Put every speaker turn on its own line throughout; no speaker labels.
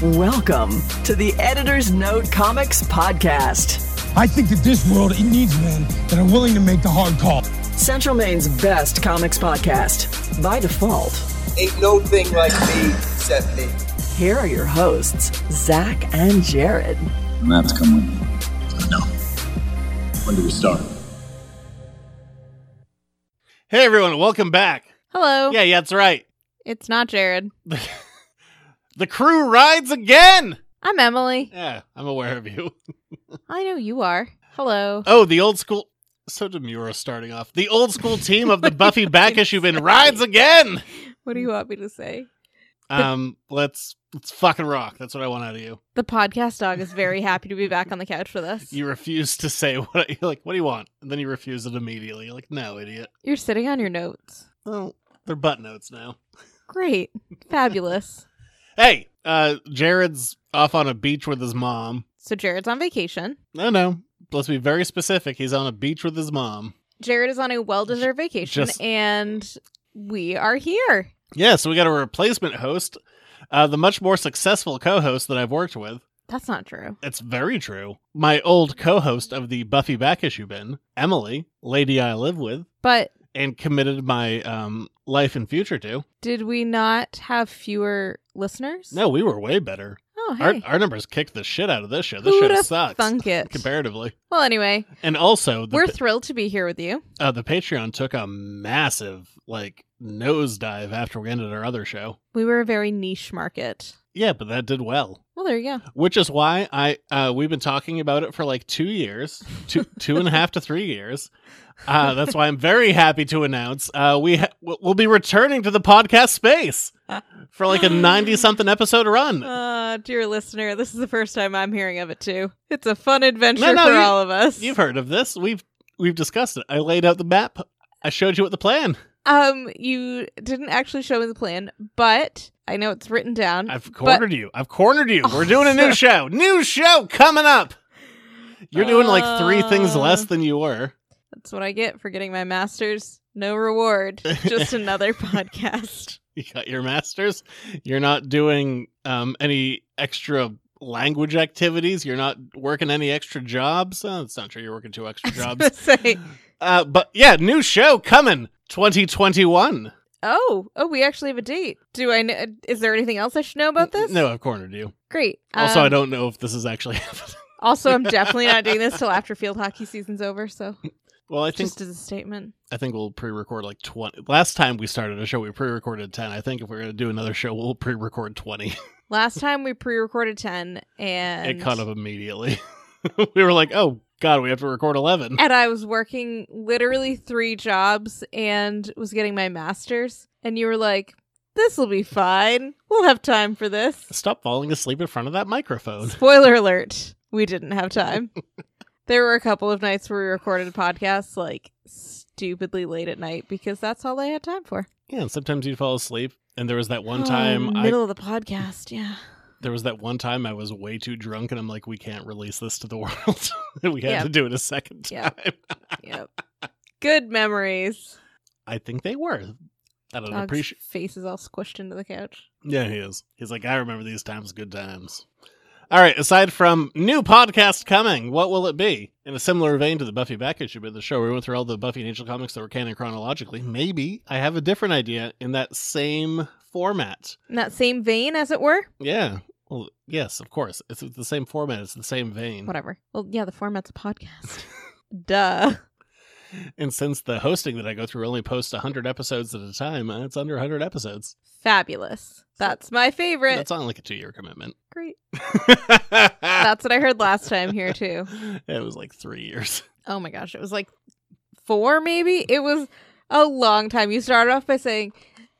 Welcome to the Editor's Note Comics Podcast,
I think that this world it needs men that are willing to make the hard call.
Central Maine's best comics podcast. By default,
ain't no thing like me, except me.
here are your hosts, Zach and Jared.
Matt's coming. No. When do we start?
Hey everyone, welcome back.
Hello.
Yeah, yeah, that's right.
It's not Jared.
The crew rides again.
I'm Emily.
Yeah, I'm aware of you.
I know you are. Hello.
Oh, the old school so demure starting off. The old school team of the Buffy back issue bin rides again.
What do you want me to say?
Um, let's let's fucking rock. That's what I want out of you.
The podcast dog is very happy to be back on the couch with us.
You refuse to say what you're like, what do you want? And then you refuse it immediately. You're like, no, idiot.
You're sitting on your notes.
Well, they're butt notes now.
Great. Fabulous.
Hey, uh Jared's off on a beach with his mom.
So Jared's on vacation.
No, no. Let's be very specific. He's on a beach with his mom.
Jared is on a well-deserved vacation
just-
and we are here.
Yeah, so we got a replacement host, uh, the much more successful co host that I've worked with.
That's not true.
It's very true. My old co host of the Buffy Back issue bin, Emily, lady I live with,
But
and committed my um, life and future to.
did we not have fewer listeners?
No, we were way better.
Oh, hey.
Our, our numbers kicked the shit out of this show. This
Who'da
show sucks
thunk it?
comparatively.
Well, anyway,
And also, the,
we're
pa-
thrilled to be here with you.
uh, the Patreon took a massive like nosedive after we ended our other show.
We were a very niche market.
Yeah, but that did well.
Well, there you go.
which is why I uh, we've been talking about it for like two years, two two and a half to three years. Uh, that's why I'm very happy to announce uh, we ha- we'll we'll be returning to the podcast space for like a ninety something episode run.
Uh, dear listener, this is the first time I'm hearing of it too. It's a fun adventure
No, no,
for
you-
all of us.
You've heard of this? We've we've discussed it. I laid out the map. I showed you what the plan.
um, you didn't actually show me the plan, but I know it's written down.
I've cornered you. I've cornered you. We're doing a new
Also-
show. New show coming up. You're doing like three things
Uh.
less than you were.
That's what I get for getting my master's. No reward, just another podcast.
you got your masters you're not doing um any extra language activities you're not working any extra jobs uh, that's not true you're working two extra
I was
jobs
gonna say,
uh but yeah new show coming 2021
oh, oh, we actually have a date. Do I? Know, is there anything else I should know about this?
no i've cornered you
Great.
also i
Um,
don't know if this is actually happening
Also, I'm definitely not doing this till after field hockey season's over. So,
well i think
just as a statement.
i think we'll pre-record like 20 last time we started a show we pre-recorded 10 i think if we're gonna do another show we'll pre-record 20
Last time we pre-recorded ten, and
it caught up immediately we were like oh god we have to record 11
and I was working literally three jobs and was getting my master's. And you were like, "This will be fine. We'll have time for this."
stop falling asleep in front of that microphone
Spoiler alert: We didn't have time. there were a couple of nights where we recorded podcasts like stupidly late at night because that's all I had time for.
Yeah, and sometimes you'd fall asleep. And there was that one
Oh,
time I
middle of the podcast, yeah,
there was that one time I was way too drunk and I'm like, we can't release this to the world. and we had
Yeah.
to do it a second time.
Yeah. yep. Good memories.
I think they were. I don't
Dog's
appreciate
face is all squished into the couch.
Yeah, he is. He's like, I remember these times, good times. All right, aside from new podcast coming, what will it be? In a similar vein to the Buffy back issue, but the show we went through all the Buffy and Angel comics that were canon chronologically, maybe I have a different idea in that same format.
In that same vein, as it were.
Yeah. Well, yes, of course. It's the same format. It's the same vein.
Whatever. Well, yeah, the format's a podcast. Duh.
And since the hosting that I go through only posts 100 episodes at a time, uh, it's under 100 episodes.
Fabulous. That's my favorite.
That's on like a two year commitment.
Great. That's what I heard last time here too.
It was like three years.
Oh my gosh, it was like four maybe. It was a long time. You started off by saying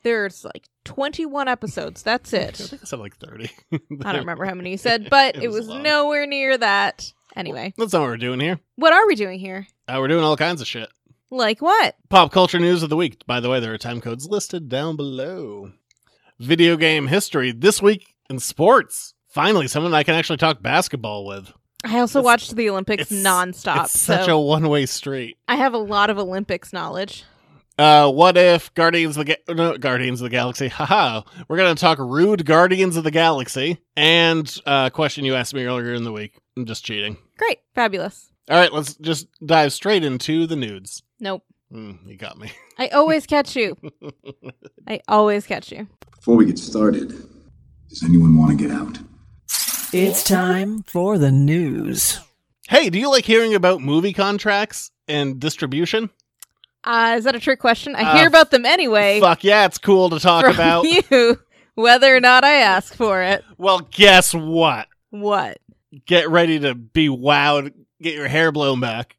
there's like 21 episodes. That's
I
it.
think I said like 30.
I don't remember how many you said, but
It
it,
was
was,
long.
nowhere near that. Anyway,
That's not what we're doing here.
what are we doing here?
Uh, we're doing all kinds of shit.
Like what?
Pop culture news of the week. By the way, there are time codes listed down below. Video game history this week in sports. Finally, someone I can actually talk basketball with.
I also
It's-
watched the Olympics
it's-
nonstop.
it's
so I
such a one way street.
have a lot of Olympics knowledge.
Uh, what if Guardians of the Ga- no, Guardians of the Galaxy? Haha. We're gonna talk rude Guardians of the Galaxy and uh, question you asked me earlier in the week. I'm just cheating.
Great. Fabulous.
All right, let's just dive straight into the nudes.
Nope.
Mm, you got me.
I always catch you. I always catch you.
Before we get started, does anyone want to get out?
It's time for the news.
Hey, do you like hearing about movie contracts and distribution?
Uh, is that a trick question? I
Uh,
hear about them anyway
Fuck yeah, it's cool to talk
from
about.
you, whether or not I ask for it.
Well, guess what?
What?
Get ready to be wowed. Get your hair blown back.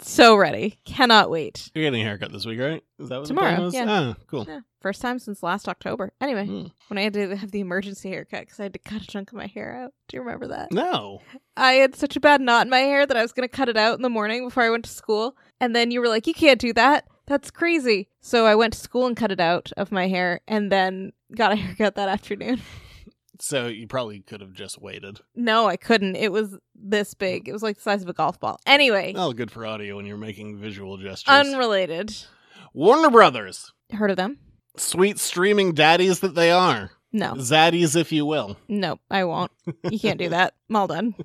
So ready. Cannot wait.
You're getting a haircut this week, right? Is that what the plan
Tomorrow,
was?
yeah.
Ah, cool.
Yeah, first time since last October. Anyway,
Mm.
when I had to have the emergency haircut because I had to cut a chunk of my hair out. Do you remember that?
No.
I had such a bad knot in my hair that I was going to cut it out in the morning before I went to school. And then you were like, you can't do that. That's crazy. So I went to school and cut it out of my hair and then got a haircut that afternoon.
So you probably could have just waited.
No, I couldn't. It was this big. It was like the size of a golf ball. Anyway,
Oh, good for audio when you're making visual gestures.
unrelated.
Warner Brothers.
Heard of them?
Sweet streaming daddies that they are.
No.
Zaddies, if you will.
No, I won't. You can't do that. I'm all done.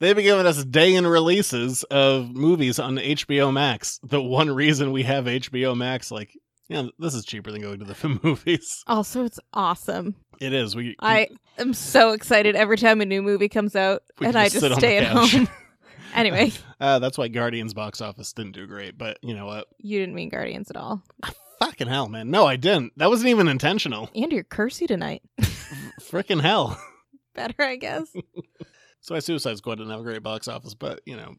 They've been giving us day in releases of movies on HBO Max. The one reason we have HBO Max, like, yeah, this is cheaper than going to the film movies.
Also, it's awesome.
It is. We
I am so excited every time a new movie comes out
We
and
can
I
just sit
just
on
stay
the
at
couch.
home. anyway,
uh, that's why Guardians box office didn't do great. But you know what?
you didn't mean Guardians at all.
Fucking hell, man. No, I didn't. That wasn't even intentional.
And you're cursy tonight.
Freaking hell.
Better, I guess.
So I Suicide Squad didn't have a great box office, but you know,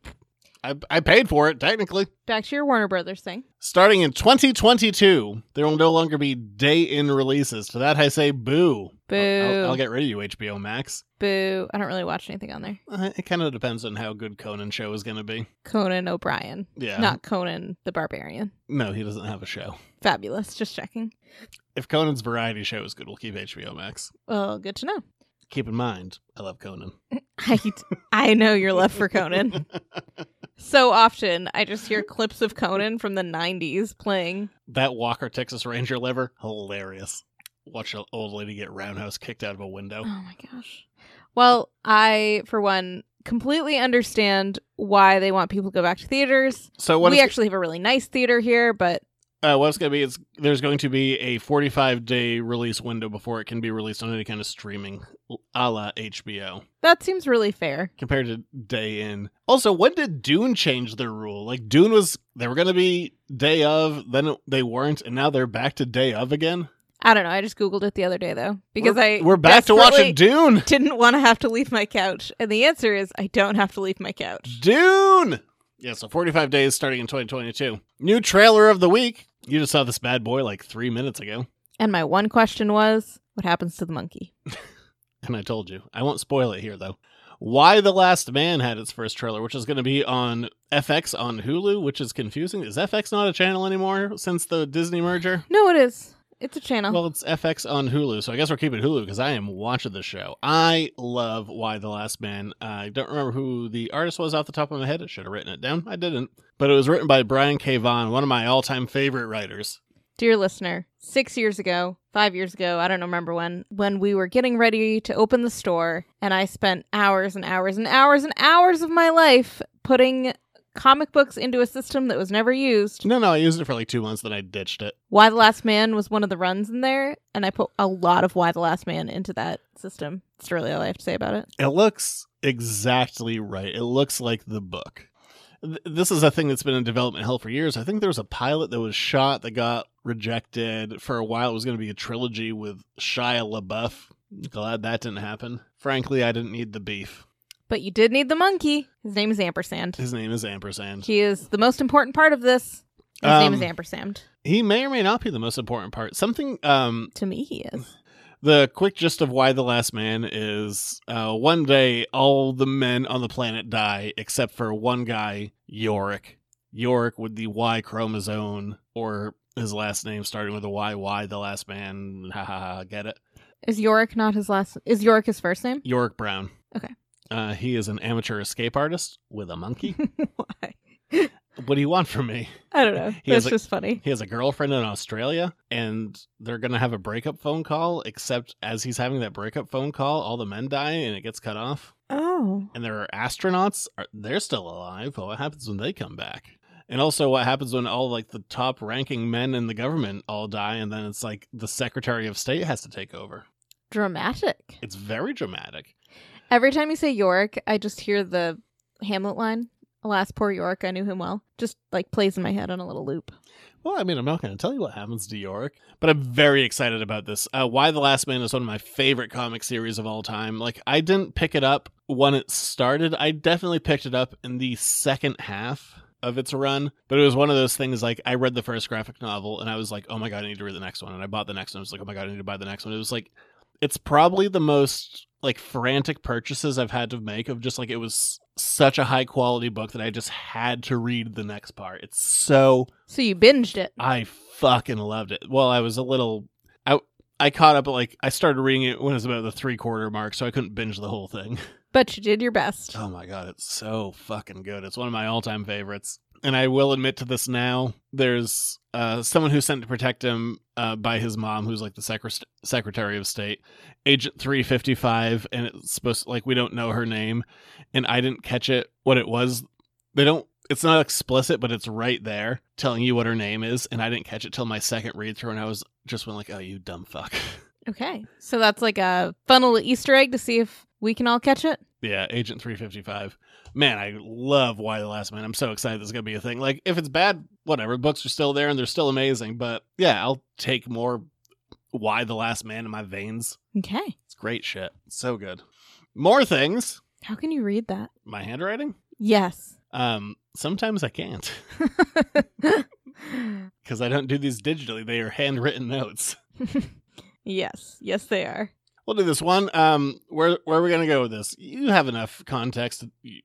I I paid for it technically.
Back to your Warner Brothers thing.
Starting in 2022, there will no longer be day in releases. To that, I say boo.
Boo.
I'll, I'll- I'll get rid of you, HBO Max.
Boo. I don't really watch anything on there.
Uh, It kind of depends on how good Conan show is going to be.
Conan O'Brien,
Yeah.
not Conan the Barbarian.
No, he doesn't have a show.
Fabulous. Just checking.
If Conan's variety show is good, we'll keep HBO Max.
Well, good to know.
Keep in mind, I love Conan.
I, I know your love for Conan. So often, I just hear clips of Conan from the 90s playing.
That Walker Texas Ranger lever, hilarious. Watch an old lady get roundhouse kicked out of a window.
Oh my gosh. Well, I, for one, completely understand why they want people to go back to theaters.
So what
we
it's-
actually have a really nice theater here, but
uh, what it's going to be is there's going to be a 45 day release window before it can be released on any kind of streaming, a la HBO.
that seems really fair.
compared to day in. Also, when did Dune change their rule? Like Dune was they were going to be day of, then it- they weren't, and now they're back to day of again.
I don't know. I just googled it the other day though because
we're,
I
we're back to
desperately
watching Dune.
Didn't want to have to leave my couch, and the answer is I don't have to leave my couch.
Dune. Yeah, so 45 days starting in 2022. New trailer of the week. You just saw this bad boy like three minutes ago,
And my one question was, what happens to the monkey?
and I told you I won't spoil it here though. Why the Last Man had its first trailer, which is going to be on FX on Hulu, which is confusing. Is FX not a channel anymore since the Disney merger?
No, it is. It's a channel.
Well, it's FX on Hulu, so I guess we're keeping Hulu because I am watching the show. I love Why the Last Man. I don't remember who the artist was off the top of my head. I should have written it down. I didn't. But it was written by Brian K. Vaughan, one of my all time favorite writers.
Dear listener, six years ago, five years ago, I don't remember when, when we were getting ready to open the store, and I spent hours and hours and hours and hours of my life putting comic books into a system that was never used.
No, no, I used it for like two months, then I ditched it.
Why the Last Man was one of the runs in there, and I put a lot of Why the Last Man into that system. That's really all I have to say about it.
It looks exactly right. It looks like the book. Th- This is a thing that's been in development hell for years. I think there was a pilot that was shot that got rejected for a while. It was going to be a trilogy with Shia LaBeouf. Glad that didn't happen. Frankly, I didn't need the beef.
But you did need the monkey. His name is Ampersand.
His name is Ampersand.
He is the most important part of this. His name is
Um,
Ampersand.
He may or may not be the most important part. Something um,
To me, he is.
The quick gist of why the last man is uh, one day all the men on the planet die except for one guy, Yorick. Yorick with the Y chromosome, or his last name starting with a Y, Y, the last man. Ha ha ha, get it?
Is Yorick not his last? Is Yorick his first name?
Yorick Brown.
Okay.
Uh, he is an amateur escape artist with a monkey.
Why?
What do you want from me?
I don't know.
He has
That's
a-
just funny.
He has a girlfriend in Australia, and they're gonna have a breakup phone call. Except as he's having that breakup phone call, all the men die, and it gets cut off.
Oh.
And there are astronauts. Are, they're still alive, but what happens when they come back? And also, what happens when all like the top-ranking men in the government all die, and then it's like the Secretary of State has to take over.
Dramatic.
It's very dramatic.
Every time you say Yorick, I just hear the Hamlet line. Alas, poor Yorick, I knew him well. Just like plays in my head on a little loop.
Well, I mean, I'm not going to tell you what happens to Yorick, but I'm very excited about this. Uh, Why the Last Man is one of my favorite comic series of all time. Like, I didn't pick it up when it started. I definitely picked it up in the second half of its run, but it was one of those things like I read the first graphic novel and I was like, oh my God, I need to read the next one. And I bought the next one. I was like, oh my God, I need to buy the next one. It was like, it's probably the most like frantic purchases I've had to make of just like it was such a high quality book that I just had to read the next part. It's so
So you binged it.
I fucking loved it. Well, I was a little I I caught up like I started reading it when it was about the three quarter mark, so I couldn't binge the whole thing.
But you did your best.
Oh my god, it's so fucking good. It's one of my all time favorites. And I will admit to this now. There's uh, someone who's sent to protect him uh, by his mom, who's like the secre- secretary of state, Agent 355, and it's supposed like we don't know her name, and I didn't catch it what it was. They don't. It's not explicit, but it's right there telling you what her name is, and I didn't catch it till my second read through, and I was just went like, "Oh, you dumb fuck."
Okay. So that's like a fun little Easter egg to see if we can all catch it.
Yeah, Agent 355. Man, I love Why the Last Man. I'm so excited this is going to be a thing. Like, if it's bad, whatever. Books are still there and they're still amazing. But yeah, I'll take more Why the Last Man in my veins.
Okay.
It's great shit. So good. More things.
How can you read that?
My handwriting?
Yes.
Um, sometimes I can't because I don't do these digitally. They are handwritten notes.
yes. Yes, they are.
We'll do this one. Um, where where are we gonna go with this? You have enough context. You-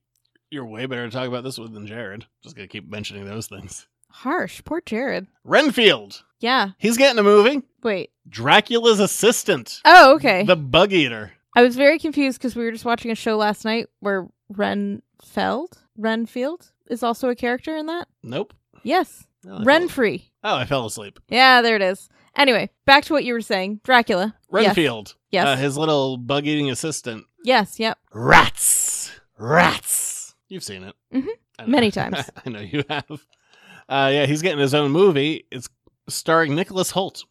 You're way better to talk about this with than Jared. Just gonna keep mentioning those things.
Harsh. Poor Jared.
Renfield.
Yeah.
He's getting a movie.
Wait.
Dracula's assistant.
Oh, okay.
The Bug Eater.
I was very confused because we were just watching a show last night where Renfeld, Renfield is also a character in that.
Nope.
Yes,
Oh, I fell-
Renfree.
Oh, I fell asleep.
Yeah, there it is. Anyway, back to what you were saying, Dracula. Yes.
Renfield.
Yes.
Uh, his little bug eating assistant.
Yes. Yep.
Rats. Rats. You've seen it.
Mhm.
I know-
Many times.
I know you have. Uh, yeah, he's getting his own movie. It's starring Nicholas Holt.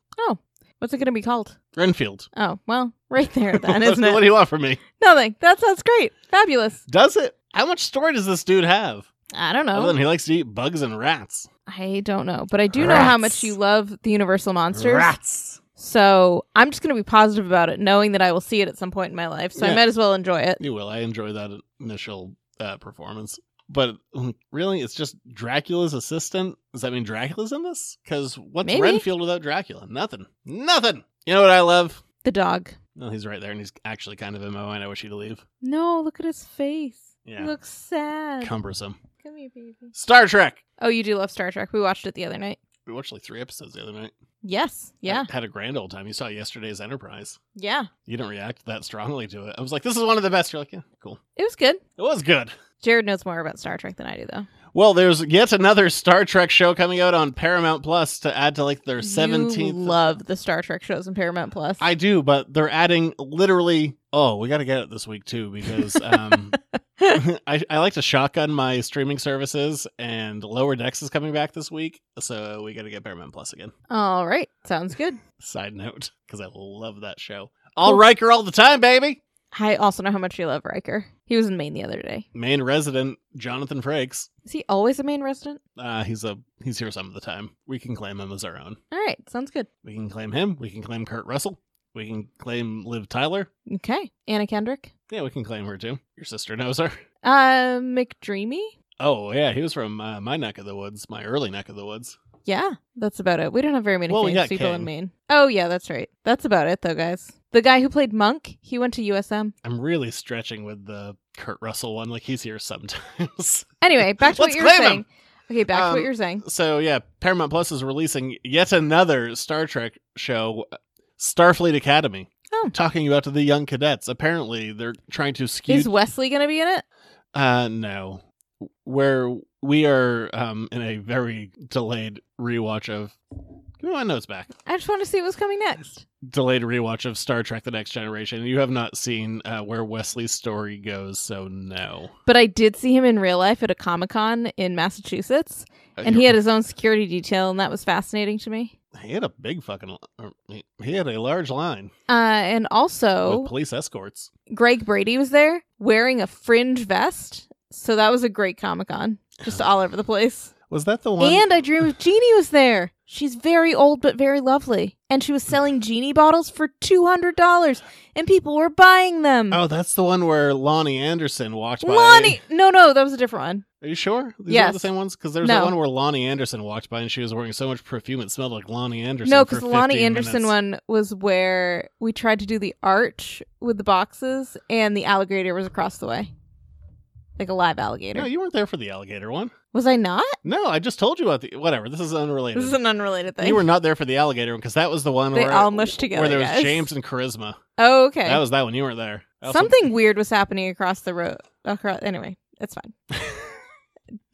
What's it going to be called?
Renfield.
Oh, well, right there then, isn't
what
it?
do you want from me?
Nothing. That sounds great. Fabulous.
Does it? How much story does this dude have?
I don't
Other
know.
than he likes to eat bugs and rats.
I don't know, but I do know how
Rats.
much you love the Universal monsters.
Rats.
So I'm just going to be positive about it, knowing that I will see it at some point in my life. So
Yeah.
I might as well enjoy it.
You will. I enjoy that initial uh, performance. But mm, really, it's just Dracula's assistant. Does that mean Dracula's in this? Because what's
Maybe.
Renfield without Dracula? Nothing. Nothing. You know what I love?
The dog.
Well, he's right there, and he's actually kind of in my mind. I wish he'd leave.
No, look at his face.
Yeah.
He looks sad.
Cumbersome.
Come here, baby.
Star Trek.
Oh, you do love Star Trek. We watched it the other night.
We watched like three episodes the other night.
Yes. Yeah.
Had, had a grand old time. You saw yesterday's Enterprise.
Yeah.
You didn't react that strongly to it. I was like, this is one of the best. You're like, yeah, cool.
It was good.
It was good.
Jared knows more about Star Trek than I do, though.
Well, there's yet another Star Trek show coming out on Paramount Plus to add to like their
You
seventeenth.
love the Star Trek shows in Paramount Plus.
I do, but they're adding literally. Oh, we got to get it this week too because um, I, I like to shotgun my streaming services, and Lower Decks is coming back this week, so we got to get Paramount Plus again.
All right. Sounds good.
Side note, because I love that show. All Riker all the time, baby.
I also know how much you love Riker. He was in Maine the other day.
Main resident Jonathan Frakes.
Is he always a Maine resident?
Uh, he's a he's here some of the time. We can claim him as our own.
All right. Sounds good.
We can claim him. We can claim Kurt Russell. We can claim Liv Tyler.
Okay. Anna Kendrick.
Yeah, we can claim her too. Your sister knows her.
Uh, McDreamy?
Oh yeah, he was from uh, my neck of the woods, my early neck of the woods.
Yeah, that's about it. We don't have very many
Well, we
famous
got
people
King.
in Maine. Oh yeah, that's right. That's about it though, guys. The guy who played Monk, he went to USM.
I'm really stretching with the Kurt Russell one. Like he's here sometimes.
Anyway, back to what
Let's
you were
claim him.
saying. Okay, back to
Um,
what you're saying.
so yeah, Paramount Plus is releasing yet another Star Trek show, Starfleet Academy.
Oh.
Talking about to the young cadets. Apparently, they're trying to skew.
Is Wesley gonna be in it?
uh, no. where we are um, in a very delayed rewatch of. Give me my notes back.
I just want to see what's coming next.
Delayed rewatch of Star Trek: The Next Generation. You have not seen uh, where Wesley's story goes, so no.
But I did see him in real life at a Comic Con in Massachusetts,
Uh,
and he had his own security detail, and that was fascinating to me.
he had a big fucking or he- he had a large line
Uh, and also,
with police escorts.
Greg Brady was there wearing a fringe vest, so that was a great Comic Con, just all over the place.
Was that the one?
And I Dream of Jeannie was there. She's very old but very lovely, and she was selling Jeannie bottles for two hundred dollars, and people were buying them.
oh, that's the one where Lonnie Anderson walked by.
Lonnie, no, no, that was a different one.
Are you sure? These are
Yes.
the same ones? Because there was
No.
that one where Lonnie Anderson walked by and she was wearing so much perfume it smelled like Lonnie Anderson.
No,
because
because the Lonnie Anderson one was where we tried to do the arch with the boxes, and the alligator was across the way, like a live alligator.
No, you weren't there for the alligator one.
was I not?
No, I just told you about the whatever. This is unrelated.
This is an unrelated thing.
you were not there for the alligator one because that was the one
They
where
all mushed together,
Where there was
guys.
James and Charisma.
oh, okay.
That was that one. You weren't there. I also-
Something weird was happening across the road. Across, anyway, it's fine.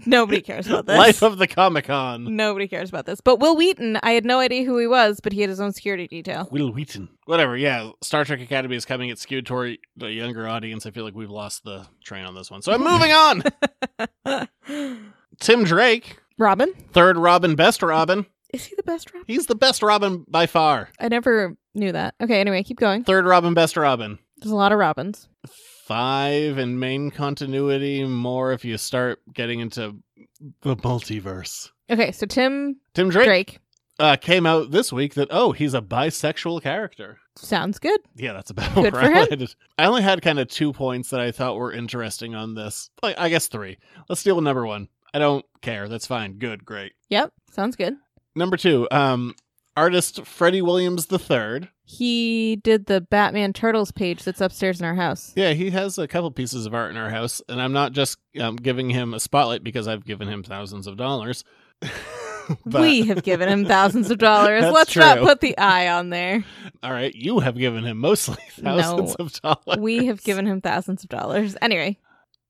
Nobody cares about this.
Life of the Comic Con.
Nobody cares about this. But Will Wheaton, I had no idea who he was, but he had his own security detail.
Will Wheaton. Whatever. Yeah, Star Trek Academy is coming. It's skewed toward the younger audience. I feel like we've lost the train on this one. So I'm moving on. Tim Drake,
Robin?
third Robin, best Robin.
Is he the best Robin?
He's the best Robin by far.
I never knew that. Okay, anyway, keep going.
Third Robin, best Robin.
There's a lot of Robins.
Five in main continuity, more if you start getting into the multiverse.
Okay, so Tim
Tim Drake,
Drake.
Uh, came out this week that, oh, he's a bisexual character.
Sounds good.
Yeah, that's about
Good
where
for
I
him.
landed. I only had kind of two points that I thought were interesting on this. Like, I guess three. Let's deal with number one. I don't care. That's fine. Good. Great.
Yep, sounds good.
Number two, um, artist Freddie Williams III.
He did the Batman Turtles page that's upstairs in our house.
Yeah, he has a couple pieces of art in our house, and I'm not just um, giving him a spotlight because I've given him thousands of dollars. But-
We have given him thousands of dollars.
That's
Let's not
true.
put the eye on there.
All right, you have given him mostly
No.
thousands of dollars.
We have given him thousands of dollars. Anyway,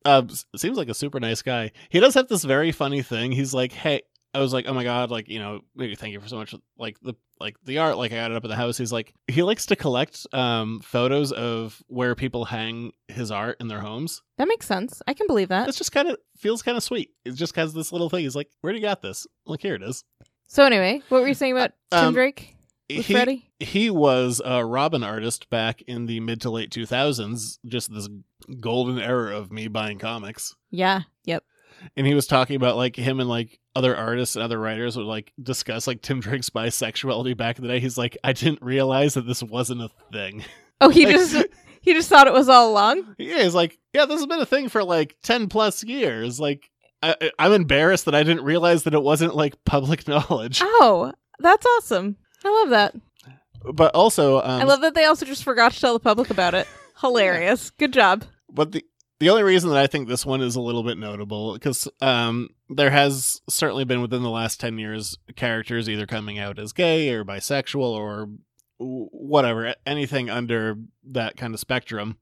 uh, s- seems like a super nice guy. He does have this very funny thing. He's like, hey, I was like, oh my god, like you know, maybe thank you for so much, like the like the art, like I got it up at the house. He's like, he likes to collect um photos of where people hang his art in their homes.
that makes sense. I can believe that.
That's just kind of feels kind of sweet. It just has this little thing. He's like, where do you got this? Like here it is.
So anyway, what were you saying about Tim
Um,
Drake with
he,
Freddie?
he was a Robin artist back in the mid to late 2000s, just this golden era of me buying comics.
Yeah. Yep.
and he was talking about like him and like other artists and other writers would like discuss like Tim Drake's bisexuality back in the day. He's like, I didn't realize that this wasn't a thing.
Oh, he
Like-
just he just thought it was all along.
yeah, he's like, yeah, this has been a thing for like ten plus years. Like, I- I- I'm embarrassed that I didn't realize that it wasn't like public knowledge.
Oh, that's awesome. I love that.
But also, um,
I love that they also just forgot to tell the public about it. Hilarious. Good job.
but the the only reason that I think this one is a little bit notable because um, there has certainly been within the last ten years characters either coming out as gay or bisexual or w- whatever anything under that kind of spectrum.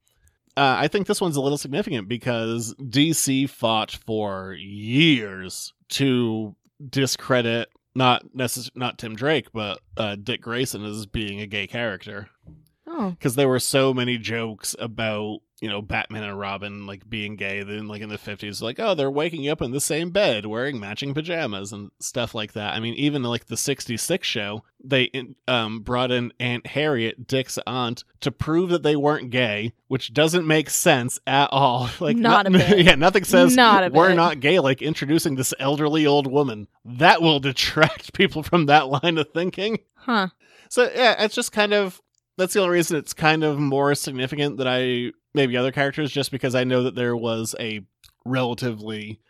Uh, I think this one's a little significant because DC fought for years to discredit not necess- not Tim Drake but uh, Dick Grayson as being a gay character
Oh,
because there were so many jokes about you know Batman and Robin like being gay. Then like in the fifties, like oh they're waking up in the same bed wearing matching pajamas and stuff like that. I mean even like the sixty six show they in, um brought in Aunt Harriet Dick's aunt to prove that they weren't gay, which doesn't make sense at all. like
Not
no-
a bit.
yeah nothing says
Not a
we're
bit.
not gay. Like introducing this elderly old woman that will detract people from that line of thinking.
huh.
So yeah, it's just kind of that's the only reason it's kind of more significant than I maybe other characters, just because I know that there was a relatively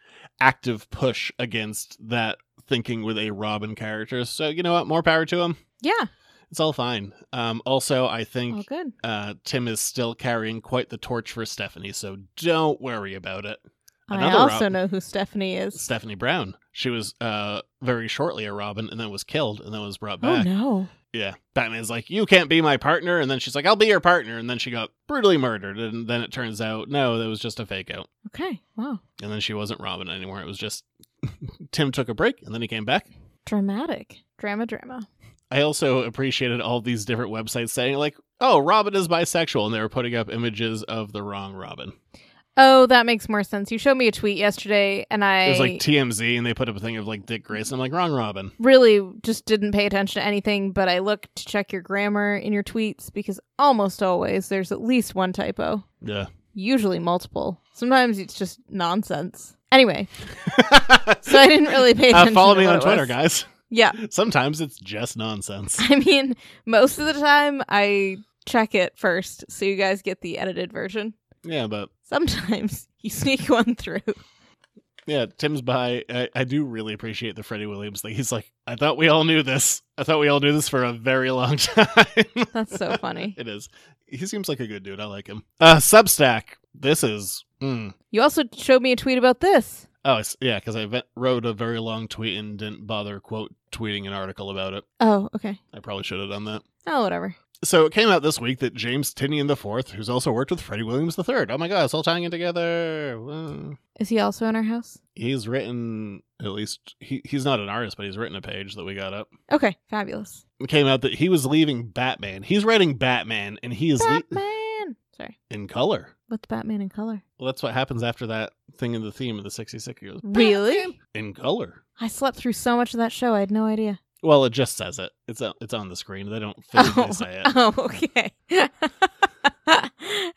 active push against that thinking with a Robin character. So you know what, more power to him.
Yeah.
It's all fine. Um, also, I
All
think
good.
uh, Tim is still carrying quite the torch for Stephanie, so don't worry about it. Another
I also
Rob-
know who Stephanie is.
Stephanie Brown. She was uh very shortly a Robin and then was killed and then was brought
Oh
back.
no.
Yeah. Batman's like, You can't be my partner and then she's like, I'll be your partner and then she got brutally murdered and then it turns out no, that was just a fake out.
Okay. Wow.
And then she wasn't Robin anymore. It was just Tim took a break and then he came back.
Dramatic. Drama drama.
I also appreciated all these different websites saying like, "Oh, Robin is bisexual," and they were putting up images of the wrong Robin.
Oh, that makes more sense. You showed me a tweet yesterday and I
It was like TMZ, and they put up a thing of like Dick Grayson. I'm like, "Wrong Robin."
really just didn't pay attention to anything, but I looked to check your grammar in your tweets because almost always there's at least one typo,
Yeah.
usually multiple. Sometimes it's just nonsense. Anyway, so I didn't really pay attention.
uh, follow
to
me
what
on
it
Twitter,
was.
guys.
Yeah.
Sometimes it's just nonsense.
I mean, most of the time I check it first so you guys get the edited version.
yeah, but
Sometimes you sneak one through.
yeah, Tim's by. I, I do really appreciate the Freddie Williams thing. He's like, "I thought we all knew this. I thought we all knew this for a very long time."
That's so funny.
it is. He seems like a good dude. I like him. Uh, Substack. This is. Mm,
You also showed me a tweet about this.
Oh, I s- yeah, because I ve- wrote a very long tweet and didn't bother quote tweeting an article about it.
Oh, okay.
I probably should have done that.
Oh, whatever.
So it came out this week that James Tinian IV, who's also worked with Freddie Williams III, oh my god, it's all tying in together. Whoa.
Is he also in our house?
He's written at least he, he's not an artist, but he's written a page that we got up.
Okay, fabulous.
It came out that he was leaving Batman. He's writing Batman, and he is le-
Batman. Sorry,
in color.
what's Batman in color?
Well, that's what happens after that thing in the theme of the 66 years.
Really?
In color.
I slept through so much of that show. I had no idea.
Well, it just says it. It's o- it's on the screen. They don't physically
oh,
say it.
oh, okay.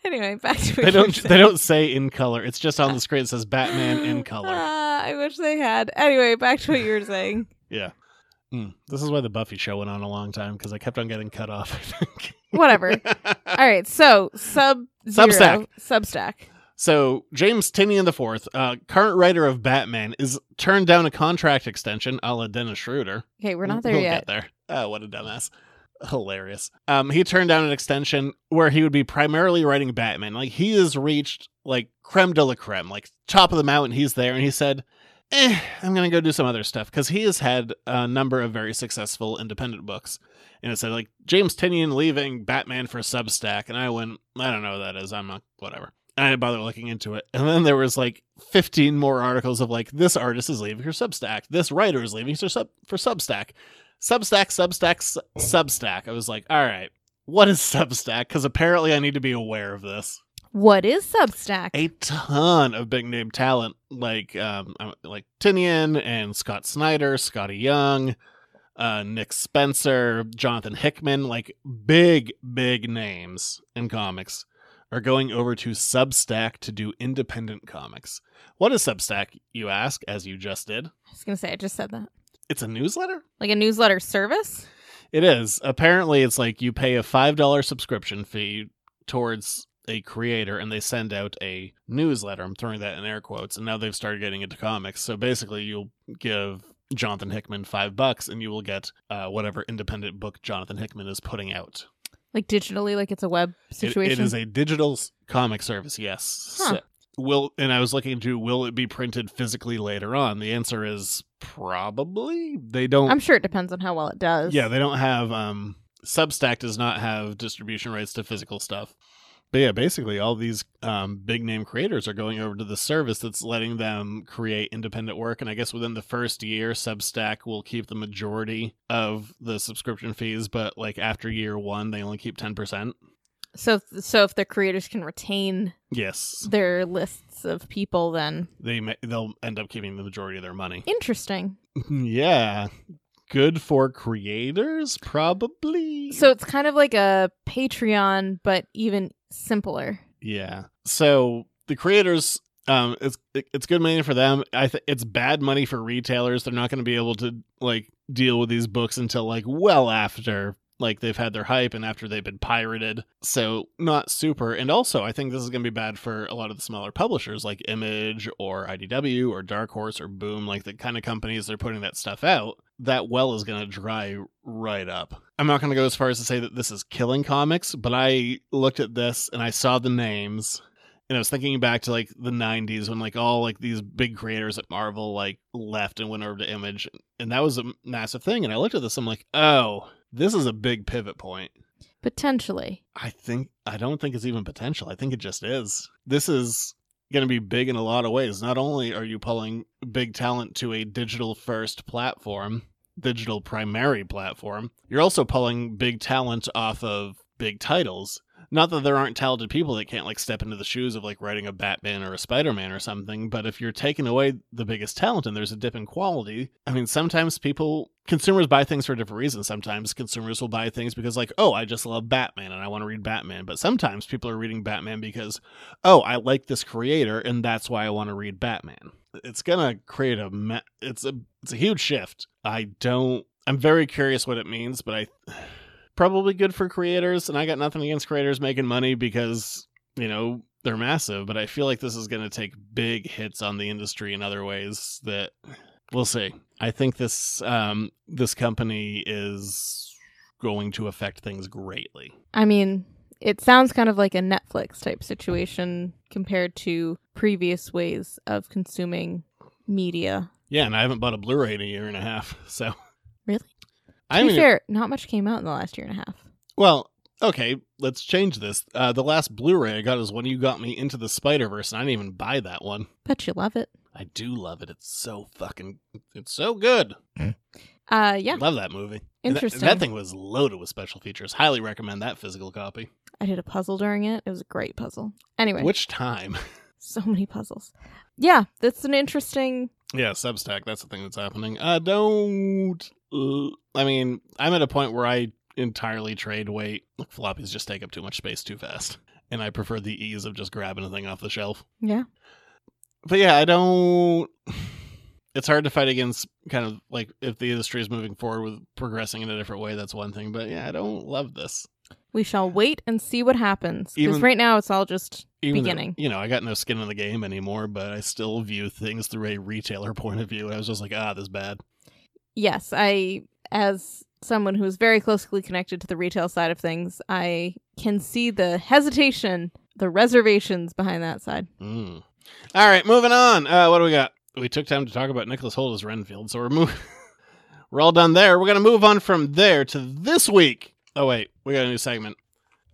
anyway, back to what
They
you were
don't. They
saying.
don't say in color. It's just on the screen. It says Batman in color.
Ah, I wish they had. Anyway, back to what you were saying.
Yeah. Mm. This is why the Buffy show went on a long time because I kept on getting cut off. I think.
Whatever. All right. So sub
Substack.
Substack.
so James Tinian the Fourth, uh, current writer of Batman, is turned down a contract extension, a la Dennis Schroeder.
Okay, we're
We'll-
not there
we'll Get
yet.
there. Oh, what a dumbass. Hilarious. Um, he turned down an extension where he would be primarily writing Batman. Like he has reached like creme de la creme, like top of the mountain. He's there, and he said, "Eh, I'm gonna go do some other stuff," because he has had a number of very successful independent books. And it said like James Tinian leaving Batman for Substack, and I went, I don't know what that is. I'm not whatever. And I didn't bother looking into it. And then there was like 15 more articles of like this artist is leaving for Substack, this writer is leaving for sub for Substack. Substack, Substack, Su- Substack. I was like, all right, what is Substack? Because apparently I need to be aware of this.
What is Substack?
A ton of big name talent like um uh, like Tinian and Scott Snyder, Scotty Young, uh, Nick Spencer, Jonathan Hickman, like big big names in comics are going over to Substack to do independent comics. What is Substack? You ask, as you just did.
I was gonna say I just said that.
It's a newsletter.
Like a newsletter service.
It is. Apparently, it's like you pay a $5 subscription fee towards a creator and they send out a newsletter. I'm throwing that in air quotes. And now they've started getting into comics. So basically, you'll give Jonathan Hickman five bucks and you will get uh, whatever independent book Jonathan Hickman is putting out.
Like digitally, like it's a web
It-
situation.
it is a digital s- comic service, yes.
Huh.
So- will and I was looking into will it be printed physically later on? The answer is probably. They don't
I'm sure it depends on how well it does.
Yeah, they don't have um Substack does not have distribution rights to physical stuff. But yeah, basically all these um, big name creators are going over to the service that's letting them create independent work. And I guess within the first year, Substack will keep the majority of the subscription fees, but like after year one, they only keep ten percent.
So, so if the creators can retain
Yes,
their lists of people, then
they may, they'll end up keeping the majority of their money.
interesting.
yeah, good for creators, probably.
So it's kind of like a Patreon, but even simpler.
Yeah. So the creators, um, it's it- it's good money for them. I think it's bad money for retailers. They're not going to be able to like deal with these books until like well after like they've had their hype and after they've been pirated. So not super. And also, I think this is going to be bad for a lot of the smaller publishers like Image or IDW or Dark Horse or Boom, like the kind of companies they're putting that stuff out. That well is going to dry right up. I'm not going to go as far as to say that this is killing comics, but I looked at this and I saw the names and I was thinking back to like the '90s when like all like these big creators at Marvel like left and went over to Image, and that was a massive thing. And I looked at this, I'm like, oh, this is a big pivot point.
Potentially.
I think I don't think it's even potential. I think it just is. This is going to be big in a lot of ways. Not only are you pulling big talent to a digital first platform, digital primary platform, you're also pulling big talent off of big titles. Not that there aren't talented people that can't like step into the shoes of like writing a Batman or a Spider-Man or something, but if you're taking away the biggest talent and there's a dip in quality, I mean sometimes people consumers buy things for different reasons. Sometimes consumers will buy things because, like, oh, I just love Batman and I want to read Batman. But sometimes people are reading Batman because, oh, I like this creator and that's why I want to read Batman. It's gonna create a ma- it's a it's a huge shift. I don't. I'm very curious what it means, but I probably good for creators, and I got nothing against creators making money because you know they're massive. But I feel like this is gonna take big hits on the industry in other ways that we'll see. I think this um, this company is going to affect things greatly.
I mean, it sounds kind of like a Netflix type situation compared to previous ways of consuming media.
Yeah, and I haven't bought a Blu-ray in a year and a half, so
Really?
I
to be
haven't-
fair, not much came out in the last year and a half.
Well, okay, let's change this. Uh, the last Blu-ray I got is when you got me into the Spider Verse, and I didn't even buy that one.
Bet you love it.
I do love it. It's so fucking. It's so good.
Uh yeah.
Love that movie. And that-
Interesting.
That, thing was loaded with special features. Highly recommend that physical copy.
I did a puzzle during it. It was a great puzzle. Anyway,
Which time?
so many puzzles. Yeah, that's an interesting
Yeah, Substack. That's the thing that's happening. I don't. uh, I mean, I'm at a point where I entirely trade weight. Look, floppies just take up too much space too fast, and I prefer the ease of just grabbing a thing off the shelf.
Yeah.
But yeah, I don't. It's hard to fight against kind of like if the industry is moving forward with progressing in a different way. That's one thing. But yeah, I don't love this.
We shall wait and see what happens. Because
Even-
right now it's all just
Even though,
beginning.
you know, I got no skin in the game anymore, but I still view things through a retailer point of view. I was just like, ah, this is bad.
yes, I, as someone who's very closely connected to the retail side of things, I can see the hesitation, the reservations behind that side.
Mm. All right, moving on. Uh, what do we got? We took time to talk about Nicholas Holt as Renfield, so we're moving. we're all done there. We're gonna move on from there to this week. Oh wait, we got a new segment.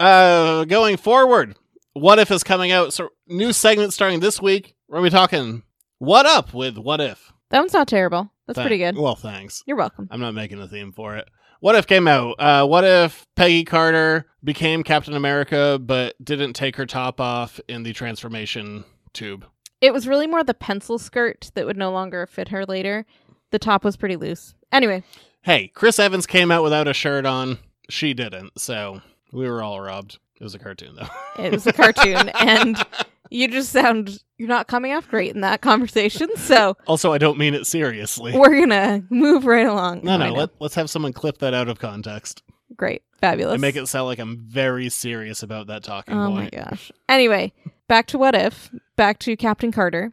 Uh, going forward, what if is coming out? So new segment starting this week. We're gonna be talking what up with what if.
That one's not terrible. That's
Thank-
pretty good.
Well, thanks.
You're welcome.
I'm not making a theme for it. What if came out? Uh, what if Peggy Carter became Captain America but didn't take her top off in the transformation tube?
It was really more the pencil skirt that would no longer fit her later. The top was pretty loose. Anyway,
Hey, Chris Evans came out without a shirt on. She didn't, so we were all robbed. It was a cartoon, though.
it was a cartoon, and you just sound, you're not coming off great in that conversation. So
Also, I don't mean it seriously.
we're going to move right along.
no,
I
no.
know.
Let, let's have someone clip that out of context
Great. Fabulous.
and make it sound like I'm very serious about that talking
Oh
point.
my gosh. Anyway, back to what if, back to Captain Carter.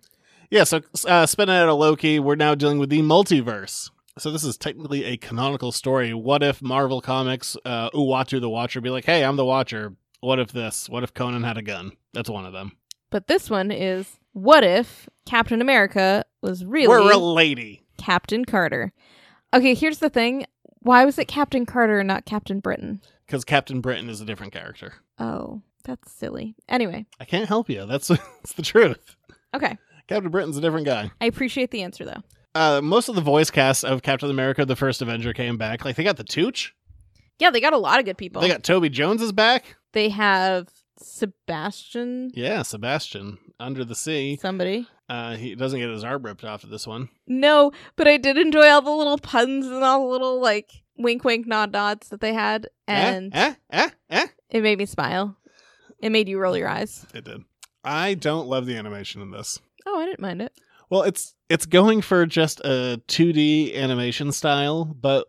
Yeah, so uh, spinning out of Loki, we're now dealing with the multiverse. So this is technically a canonical story. What if Marvel Comics, uh, Uatu the Watcher, be like, "Hey, I'm the Watcher. What if this? What if Conan had a gun?" That's one of them.
But this one is what if Captain America was really
We're a lady.
Captain Carter? Okay, here's the thing. Why was it Captain Carter and not Captain Britain?
because Captain Britain is a different character.
Oh, that's silly. Anyway,
I can't help you. That's that's the truth.
okay.
Captain Britain's a different guy.
I appreciate the answer though.
Uh, most of the voice cast of Captain America: The First Avenger came back. Like they got the Tooch.
Yeah, they got a lot of good people.
They got Toby Jones is back.
They have Sebastian
Yeah, Sebastian under the sea.
somebody.
Uh, he doesn't get his arm ripped off of this one.
No, but I did enjoy all the little puns and all the little like wink wink nod nods that they had and
eh, eh, eh, eh.
It made me smile. It made you roll your eyes.
It did. I don't love the animation in this.
Oh, I didn't mind it.
Well, it's it's going for just a 2D animation style, but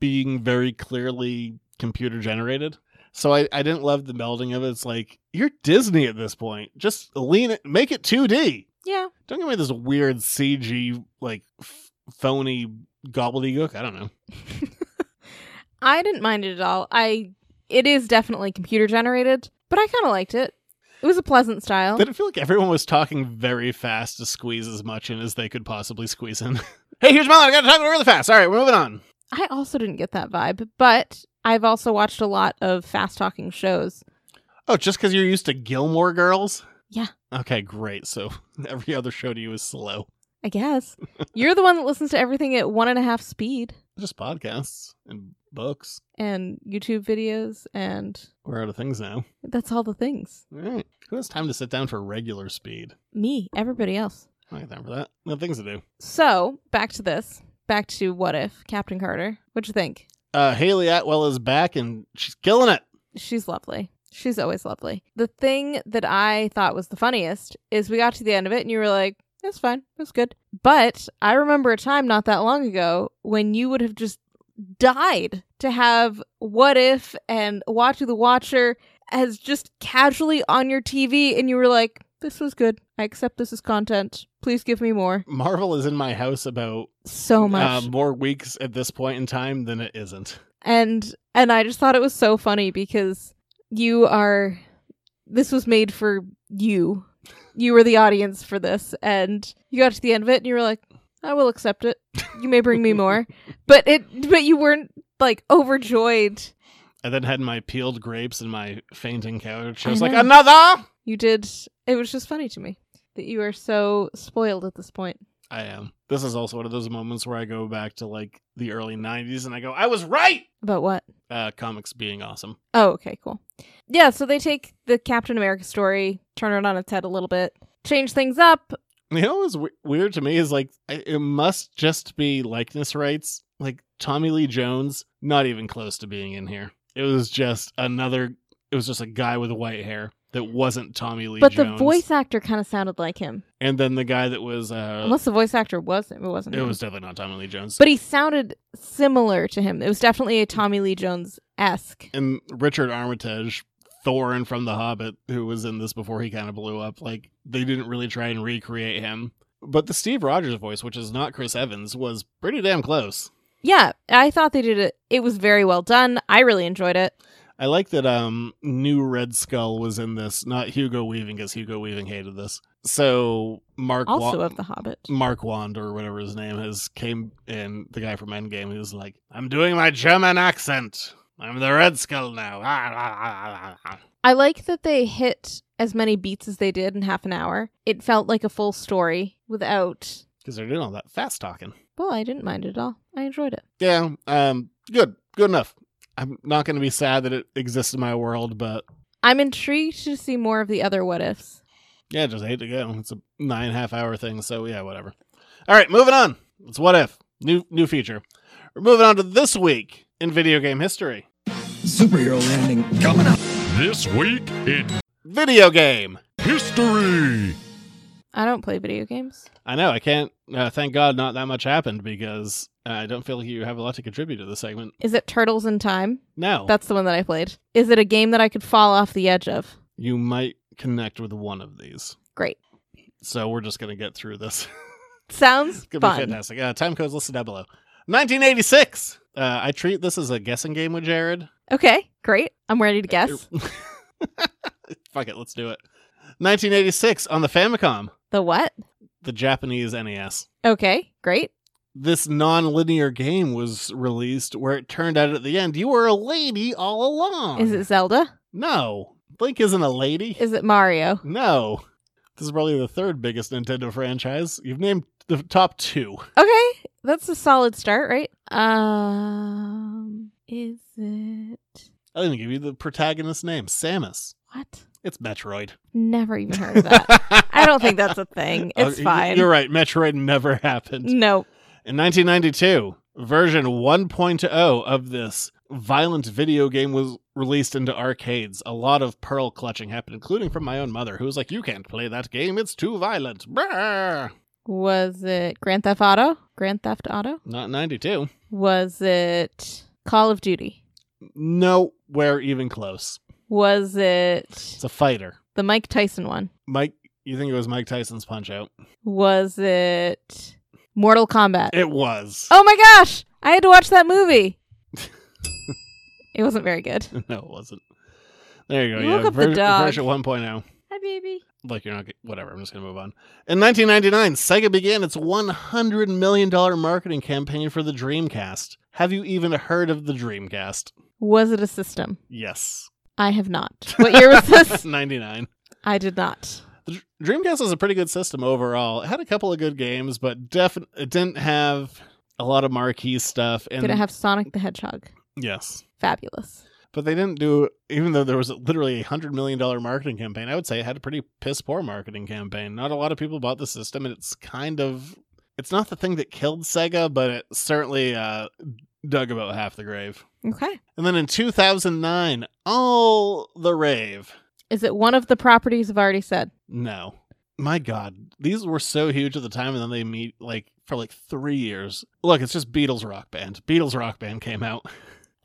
being very clearly computer generated. So I, I didn't love the melding of it. It's like you're Disney at this point. Just lean it, make it 2D.
Yeah.
Don't give me this weird CG like f- phony gobbledygook. I don't know.
I didn't mind it at all. I it is definitely computer generated, but I kind of liked it. It was a pleasant style.
Did it feel like everyone was talking very fast to squeeze as much in as they could possibly squeeze in? hey, here's my line. I got to talk really fast. All right, we're moving on.
I also didn't get that vibe, but I've also watched a lot of fast talking shows.
Oh, just because you're used to Gilmore Girls?
Yeah.
Okay, great. So every other show to you is slow.
I guess you're the one that listens to everything at one and a half speed
Just podcasts and books.
and YouTube videos, and
We're out of things now.
that's all the things.
All right. Who has time to sit down for regular speed?
Me, everybody else.
I got time for that. No things to do.
So back to this. Back to what if Captain Carter? What'd you think?
Uh, Haley Atwell is back and she's killing it.
She's lovely. She's always lovely. The thing that I thought was the funniest is we got to the end of it and you were like, that's fine. That's good. But I remember a time not that long ago when you would have just died to have What If and Watch Who the Watcher as just casually on your TV and you were like, this was good. I accept this as content. Please give me more.
Marvel is in my house about
So
uh,
much.
more weeks at this point in time than it isn't.
and and I just thought it was so funny because you are this was made for you. You were the audience for this and you got to the end of it and you were like, I will accept it. You may bring me more. But it but you weren't like overjoyed.
I then had my peeled grapes and my fainting couch. I
I
was like,
know.
another.
You did it was just funny to me that you are so spoiled at this point.
I am. This is also one of those moments where I go back to like the early 90s and I go, I was right.
About what?
Uh, comics being awesome.
Oh, okay, cool. Yeah, so they take the Captain America story, turn it on its head a little bit, change things up,
You know what's we- weird to me is like I- it must just be likeness rights. Like Tommy Lee Jones, not even close to being in here. It was just another. It was just a guy with white hair that wasn't Tommy Lee
but
Jones.
the voice actor kind of sounded like him.
and then the guy that was uh,
Unless the voice actor was him, it wasn't.
it
him.
was definitely not Tommy Lee Jones.
but he sounded similar to him. It was definitely a Tommy Lee Jones esque.
and Richard Armitage, Thorin from The Hobbit, who was in this before he kind of blew up, like they didn't really try and recreate him. But the Steve Rogers voice, which is not Chris Evans, was pretty damn close.
Yeah, I thought they did it. It was very well done. I really enjoyed it.
I like that um new Red Skull was in this, not Hugo Weaving, because Hugo Weaving hated this. So Mark Wa-
Also of The Hobbit.
Mark Wand or whatever his name is came in the guy from Endgame who's like, I'm doing my German accent. I'm the Red Skull now. Ah, ah, ah, ah, ah.
I like that they hit as many beats as they did in half an hour. It felt like a full story without.
Because they're doing all that fast talking.
Well, I didn't mind it at all. I enjoyed it.
Yeah, um, good, good enough. I'm not going to be sad that it exists in my world, but
I'm intrigued to see more of the other what ifs.
yeah, just hate to go. It's a nine and a half hour thing, so yeah, whatever. All right, moving on. It's what if new new feature. We're moving on to this week in video game history.
Superhero landing coming up.
This week in
Video game.
history.
I don't play video games.
I know I can't. Uh, thank God, not that much happened because uh, I don't feel like you have a lot to contribute to the segment.
Is it Turtles in Time?
No,
That's the one that I played. Is it a game that I could fall off the edge of?
you might connect with one of these,
Great.
so we're just going to get through this.
Sounds
It's gonna be
fun.
fantastic. Uh, time codes listed down below. 1986. Uh, I treat this as a guessing game with Jared.
Okay, great. I'm ready to guess.
Fuck it, let's do it. 1986 on the Famicom,
The what?
the Japanese NES.
Okay, great.
This non-linear game was released where it turned out at the end you were a lady all along.
Is it Zelda?
No, Link isn't a lady.
Is it Mario?
no, this is probably the third biggest Nintendo franchise. You've named the top two.
Okay, that's a solid start, right? Um, is it
I didn't give you the protagonist name, Samus.
what?
It's Metroid.
Never even heard of that. I don't think that's a thing. It's
Okay,
fine.
Uh,
Mm.
You're right. Metroid never happened.
No.
In 1992, version 1.0 of this violent video game was released into arcades. A lot of pearl clutching happened, including from my own mother, who was like, You can't play that game. It's too violent. Brrr.
Was it Grand Theft Auto? Grand Theft Auto?
Not 92.
Was it Call of Duty?
Nowhere even close.
Was it
It's a fighter.
the Mike Tyson one?
Mike, you think it was Mike Tyson's Punch Out?
Was it Mortal Kombat?
It was.
Oh my gosh! I had to watch that movie. it wasn't very good.
No, it wasn't. There you go.
You
yeah,
look up the
ver-
dog.
version oh. 1.0.
I Hi, baby.
like you're not whatever i'm just gonna move on in 1999 sega began its 100 million dollar marketing campaign for the dreamcast have you even heard of the dreamcast
Was it a system?
yes
I have not. What year was this?
99
I did not.
the Dr- dreamcast was a pretty good system overall it had a couple of good games but definitely it didn't have a lot of marquee stuff and
Did it have Sonic the Hedgehog?
yes
Fabulous.
but they didn't do even though there was literally a hundred million dollar marketing campaign i would say it had a pretty piss poor marketing campaign not a lot of people bought the system and it's kind of it's not the thing that killed sega but it certainly uh, dug about half the grave
Okay.
and then in 2009 all the rave
Is it one of the properties I've already said?
no my god these were so huge at the time and then they meet like for like three years look it's just beatles rock band beatles rock band came out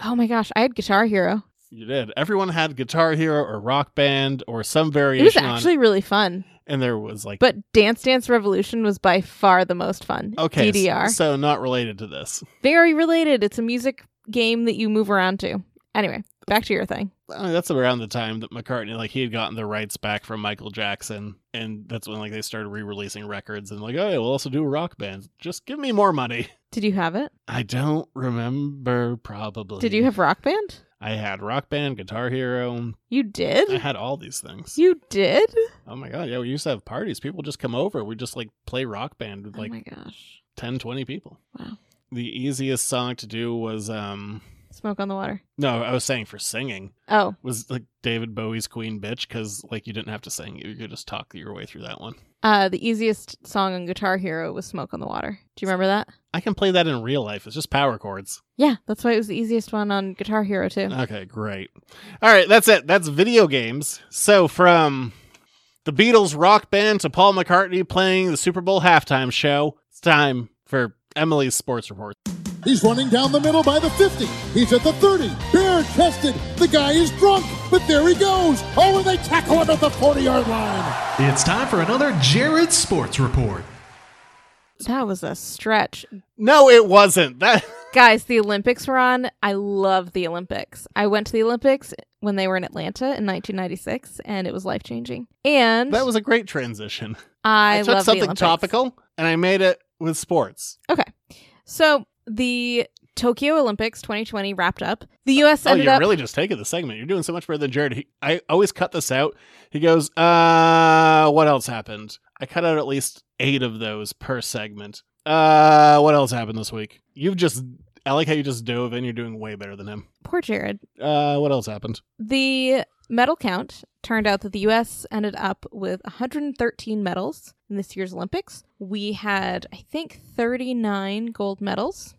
Oh my gosh, I had Guitar Hero.
you did everyone had guitar hero or rock band or some
It was
variation on
actually really fun,
and there was like
but Dance Dance Revolution was by far the most fun.
okay s-
DDR.
so not related to this
Very related. It's a music game that you move around to. Anyway, back to your thing.
I mean, that's around the time that mccartney like he had gotten the rights back from michael jackson and that's when like they started re-releasing records and like oh yeah we'll also do rock bands just give me more money
Did you have it?
i don't remember probably
Did you have Rock Band?
i had rock band guitar hero
You did?
i had all these things
You did?
oh my god yeah we used to have parties people just come over we just like play rock band with like
oh my gosh.
10 20 people
Wow.
the easiest song to do was um
Smoke on the water.
no i was saying for singing
Oh,
was like David Bowie's Queen Bitch because like you didn't have to sing, you could just talk your way through that one.
uh, the easiest song on Guitar Hero was Smoke on the Water. Do you remember that?
I can play that in real life. It's just power chords.
Yeah, that's why it was the easiest one on Guitar Hero too.
Okay, great. All right, that's it. That's video games. So from the Beatles rock band to Paul McCartney playing the Super Bowl halftime show, it's time for Emily's sports report.
He's running down the middle by the 50. He's at the 30. Bare chested. The guy is drunk, but there he goes. Oh, and they tackle him at the 40 yard line.
It's time for another Jared Sports Report.
That was a stretch.
No, it wasn't. That
Guys, the Olympics were on. I love the Olympics. I went to the Olympics when they were in Atlanta in 1996 and it was life-changing. And
that was a great transition.
I,
took
love the
something
Olympics.
topical and I made it with sports.
So, the Tokyo Olympics 2020 wrapped up. The US
Oh,
ended
you're
up
really just taking the segment. You're doing so much better than Jared. He, I always cut this out. He goes, uh, what else happened? I cut out at least eight of those per segment. Uh, what else happened this week? You've just, I like how you just dove in. You're doing way better than him.
poor Jared.
Uh, what else happened?
The medal count turned out that the US ended up with 113 medals in this year's Olympics. We had, I think, 39 gold medals.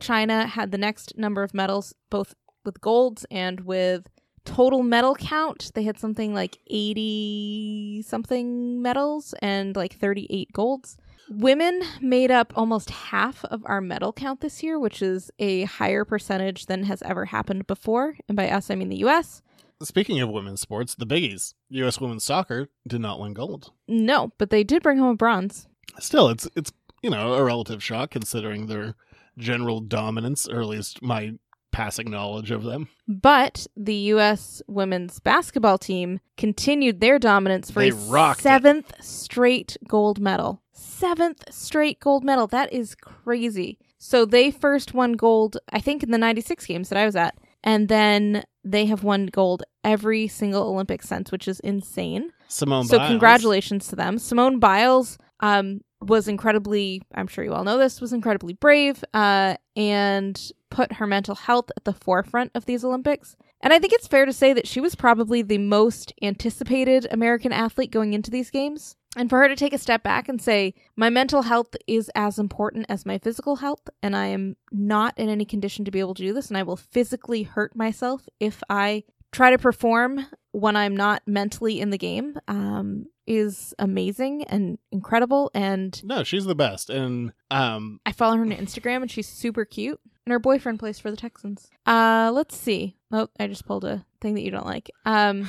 China had the next number of medals, both with golds and with total medal count. They had something like 80 something medals and like 38 golds. Women made up almost half of our medal count this year, which is a higher percentage than has ever happened before. And by us, I mean the US.
Speaking of women's sports, the biggies, U.S. women's soccer did not win gold.
No, but they did bring home a bronze.
Still, it's, it's, you know, a relative shock considering their general dominance, or at least my passing knowledge of them.
But the U.S. women's basketball team continued their dominance for
They
a
rocked it.
seventh straight gold medal. Seventh straight gold medal. That is crazy. So they first won gold, I think, in the 96 games that I was at. And then they have won gold every single Olympic since, which is insane.
Simone
so
Biles.
congratulations to them. Simone Biles um, was incredibly, I'm sure you all know this, was incredibly brave uh, and put her mental health at the forefront of these Olympics. And I think it's fair to say that she was probably the most anticipated American athlete going into these games. And for her to take a step back and say, my mental health is as important as my physical health, and I am not in any condition to be able to do this, and I will physically hurt myself if I try to perform when I'm not mentally in the game um, is amazing and incredible. And
No, she's the best. And um
I follow her on Instagram, and she's super cute. And her boyfriend plays for the Texans. Uh, let's see. Oh, I just pulled a thing that you don't like. Um,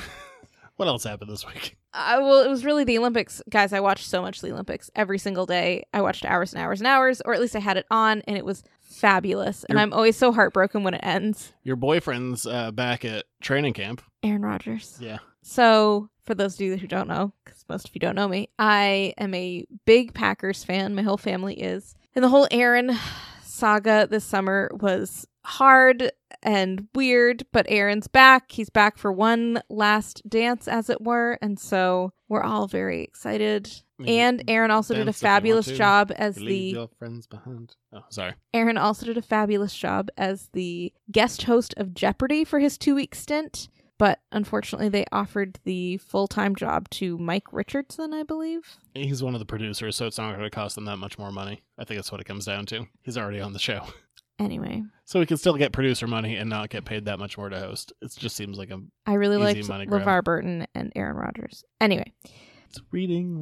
what else happened this week?
I, well, it was really the Olympics, guys. I watched so much the Olympics every single day. I watched hours and hours and hours, or at least I had it on, and it was fabulous. And
You're-
I'm always so heartbroken when it ends.
Your boyfriend's uh, back at training camp.
Aaron Rodgers.
Yeah.
So, for those of you who don't know, because most of you don't know me, I am a big Packers fan. My whole family is. And the whole Aaron saga this summer was hard and weird, but Aaron's back. He's back for one last dance, as it were. And so we're all very excited.
You
And Aaron also did a
dance if you want
fabulous
to.
job as
Leave
the
your friends behind. Oh, sorry.
Aaron also did a fabulous job as the guest host of Jeopardy for his two week stint, but unfortunately they offered the full time job to Mike Richardson, I believe.
He's one of the producers, so it's not going to cost them that much more money. I think that's what it comes down to. He's already on the show.
Anyway,
So we can still get producer money and not get paid that much more to host. It just seems like a
I really
Easy
liked
money grab.
LeVar Burton and Aaron Rodgers. Anyway,
it's reading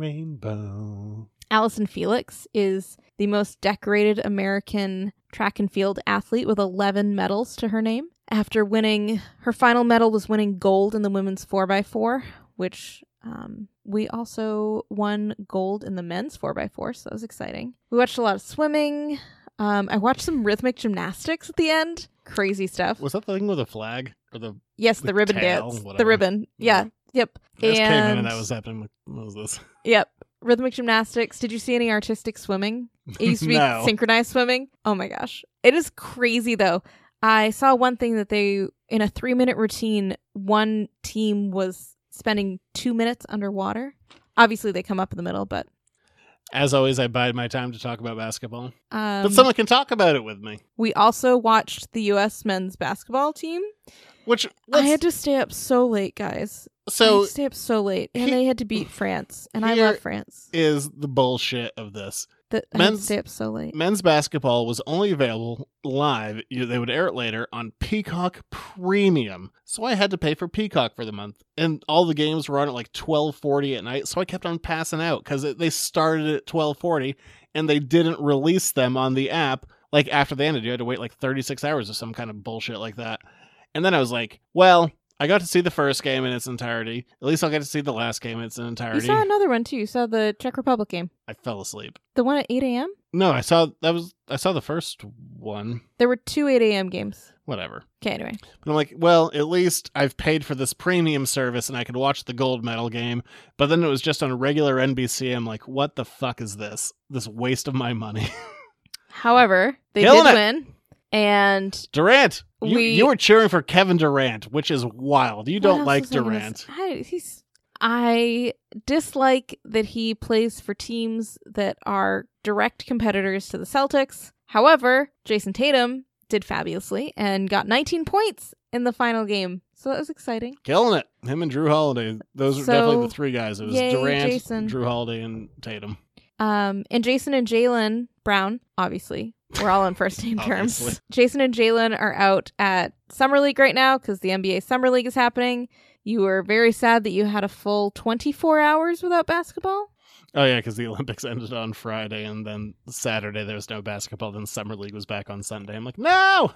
rainbow.
Allison Felix is the most decorated American track and field athlete with 11 medals to her name. After winning, her final medal was winning gold in the women's 4x4, which um, we also won gold in the men's 4x4, so that was exciting. We watched a lot of swimming. Um, I watched some rhythmic gymnastics at the end. Crazy stuff.
Was that the thing with the flag or the?
yes, the
with
ribbon
tail,
dance. The
whatever.
ribbon. Yeah. Yep.
I just came in
And-
and that was happening. Like, what was this?
Yep. Rhythmic gymnastics. Did you see any artistic swimming? It used to be
No.
synchronized swimming. Oh my gosh. It is crazy though. I saw one thing that they, in a three minute routine, one team was spending two minutes underwater. Obviously, they come up in the middle, but.
As always, I bide my time to talk about basketball,
Um,
but someone can talk about it with me.
we also watched the U.S. men's basketball team.
Which
I
let's-
had to stay up so late, guys. I had
so
to stay up so late, and
he-
they had to beat France, and I
Here-
love France.
is the bullshit of this.
That I had to
men's-
stay up so late.
Men's basketball was only available live. You- They would air it later on Peacock Premium, so I had to pay for Peacock for the month. And all the games were on at like twelve forty at night, so I kept on passing out because they started at twelve forty, and they didn't release them on the app like after they ended. You had to wait like thirty six hours or some kind of bullshit like that. And then I was like, well. I got to see the first game in its entirety. At least I'll get to see the last game in its
You
entirety.
saw another one too. You saw the Czech Republic game.
I fell asleep.
The one at 8 a.m.?
No, I saw that was I saw the first one.
There were two 8 a.m. games.
Whatever.
Okay, anyway.
But I'm like, well, at least I've paid for this premium service and I could watch the gold medal game. But then it was just on regular NBC. I'm like, what the fuck is this? This waste of my money.
However, they
Killing
did
it.
win. And
Durant. You,
We-
you were cheering for Kevin Durant, which is wild. You
What
don't
else
like
was I gonna
Durant.
say? I, he's, I dislike that he plays for teams that are direct competitors to the Celtics. However, Jason Tatum did fabulously and got 19 points in the final game. So that was exciting.
Killing it. Him and Drew Holiday. Those are
So,
definitely the three guys. It was
yay,
Durant,
Jason.
Drew Holiday, and Tatum.
Um, and Jason and Jalen Brown, obviously, we're all on first name terms.
Obviously.
Jason and Jalen are out at Summer League right now because the NBA Summer League is happening. You were very sad that you had a full 24 hours without basketball.
Oh yeah, because the Olympics ended on Friday, and then Saturday there was no basketball. Then summer league was back on Sunday. I'm like, no.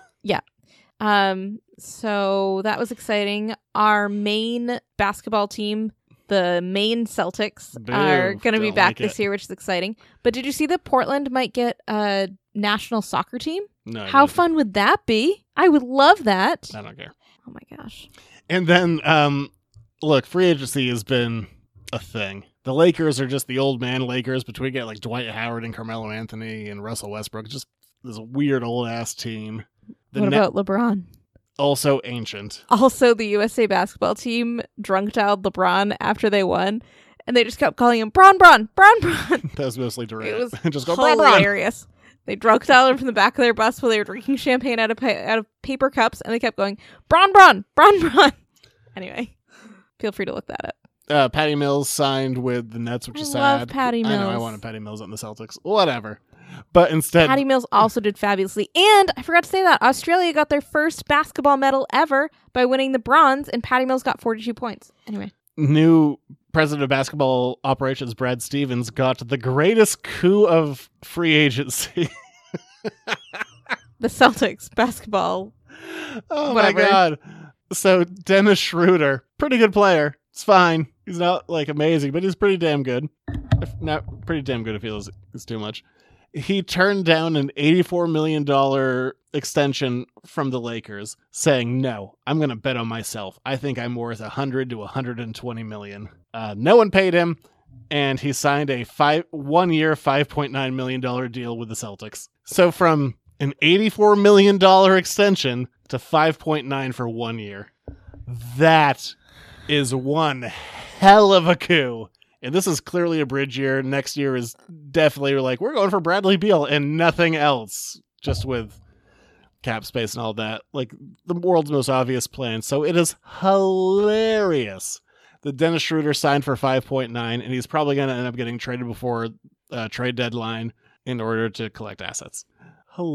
Um, so that was exciting. Our main basketball team, the main Celtics,
Boo,
are going to be
don't
back
like
this
it.
year, which is exciting. But did you see that Portland might get a national soccer team?
No. I
How
didn't.
fun would that be? I would love that.
I don't care.
Oh my gosh.
And then, um, look, free agency has been a thing. The Lakers are just the old man Lakers, but we get like Dwight Howard and Carmelo Anthony and Russell Westbrook. Just this weird old ass team. The
what
Net-
about LeBron?
also ancient.
Also, the USA basketball team drunk dialed LeBron after they won, and they just kept calling him Bron Bron Bron Bron.
That was mostly Durant.
It was
just go "Bron, Bron."
hilarious. They drunk dialed him from the back of their bus while they were drinking champagne out of pa- out of paper cups, and they kept going Bron Bron Bron Bron. Anyway, feel free to look that up.
Uh, Patty Mills signed with the Nets, which
I
is
love
sad.
Patty
I know I
Mills.
wanted Patty Mills on the Celtics. Whatever. But instead,
Patty Mills also did fabulously, and I forgot to say that Australia got their first basketball medal ever by winning the bronze, and Patty Mills got forty two points. Anyway.
new president of basketball operations Brad Stevens got the greatest coup of free agency.
the Celtics basketball.
oh
Whatever.
my god. So Dennis Schroeder, pretty good player. It's fine. He's not like amazing, but he's pretty damn good. If- Not pretty damn good if he feels it's too much. he turned down an $84 million extension from the Lakers, saying, No, I'm going to bet on myself. I think I'm worth 100 to 120 million. Uh, no one paid him, and he signed a five one year, $5.9 million deal with the Celtics. So from an $84 million extension to 5.9 for one year. That is one hell of a coup. And this is clearly a bridge year. Next year is definitely we're like, we're going for Bradley Beal and nothing else, just with cap space and all that. Like the world's most obvious plan. So it is hilarious that Dennis Schroeder signed for 5.9, and he's probably going to end up getting traded before uh, trade deadline in order to collect assets.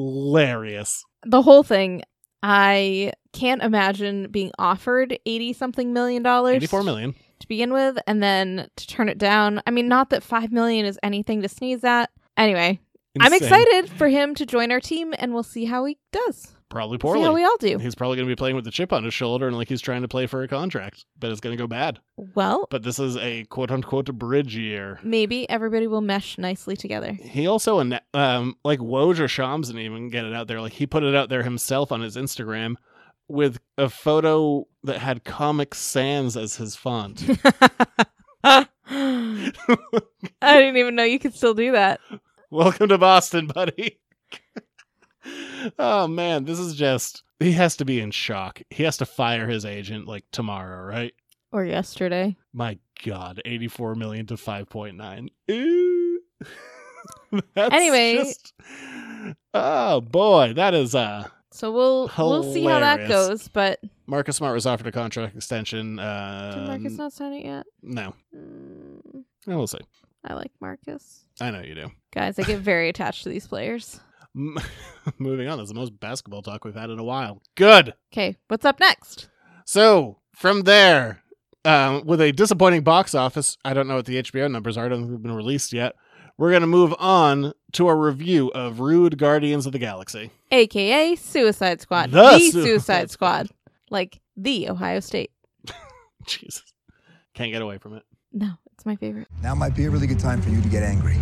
Hilarious.
the whole thing i can't imagine being offered 80 something million dollars
84 million.
to begin with and then to turn it down i mean not that 5 million is anything to sneeze at anyway i'm
Insane.
excited for him to join our team and we'll see how he does
Probably
see how we
poorly.
all do
He's probably going to be playing with the chip on his shoulder and like he's trying to play for a contract, but it's going to go bad.
well
But this is a quote unquote bridge year.
maybe everybody will mesh nicely together
He also, anno- um, like Woj or Shams didn't even get it out there. Like he put it out there himself on his Instagram with a photo that had Comic Sans as his font.
i didn't even know you could still do that
Welcome to Boston, buddy. oh man, this is just. He has to be in shock. He has to fire his agent like tomorrow, right?
or yesterday
My God, eighty-four million to five point nine. Ooh. That's
Anyway.
just- oh boy, that is uh
so we'll we'll see how that
Hilarious.
goes but
Marcus Smart was offered a contract extension. Uh,
did marcus not sign it yet
no,
Mm,
Oh, we'll see.
I like Marcus.
I know you do.
Guys, I get very attached to these players.
M- Moving on, that's the most basketball talk we've had in a while. Good.
Okay, what's up next?
So from there, um, with a disappointing box office, I don't know what the HBO numbers are. I don't think they've been released yet. We're gonna move on to a review of Rude Guardians of the Galaxy.
AKA Suicide Squad.
The
The,
Suicide
Suicide,
Squad.
Squad. Like the Ohio State.
Jesus, can't get away from it.
No, it's my favorite.
Now might be a really good time for you to get angry.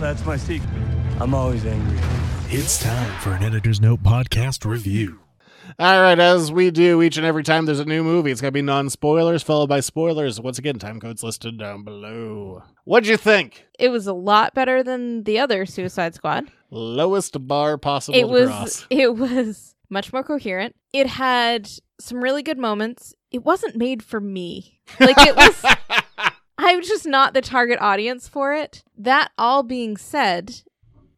That's my secret. I'm always angry.
It's time for an Editor's Note podcast review.
All right, as we do each and every time there's a new movie, it's going to be non spoilers followed by spoilers. Once again, time codes listed down below. What'd you think?
It was a lot better than the other Suicide Squad.
Lowest bar possible
It
to
was
cross.
it was much more coherent. It had some really good moments. It wasn't made for me. Like it was I'm just not the target audience for it. That all being said,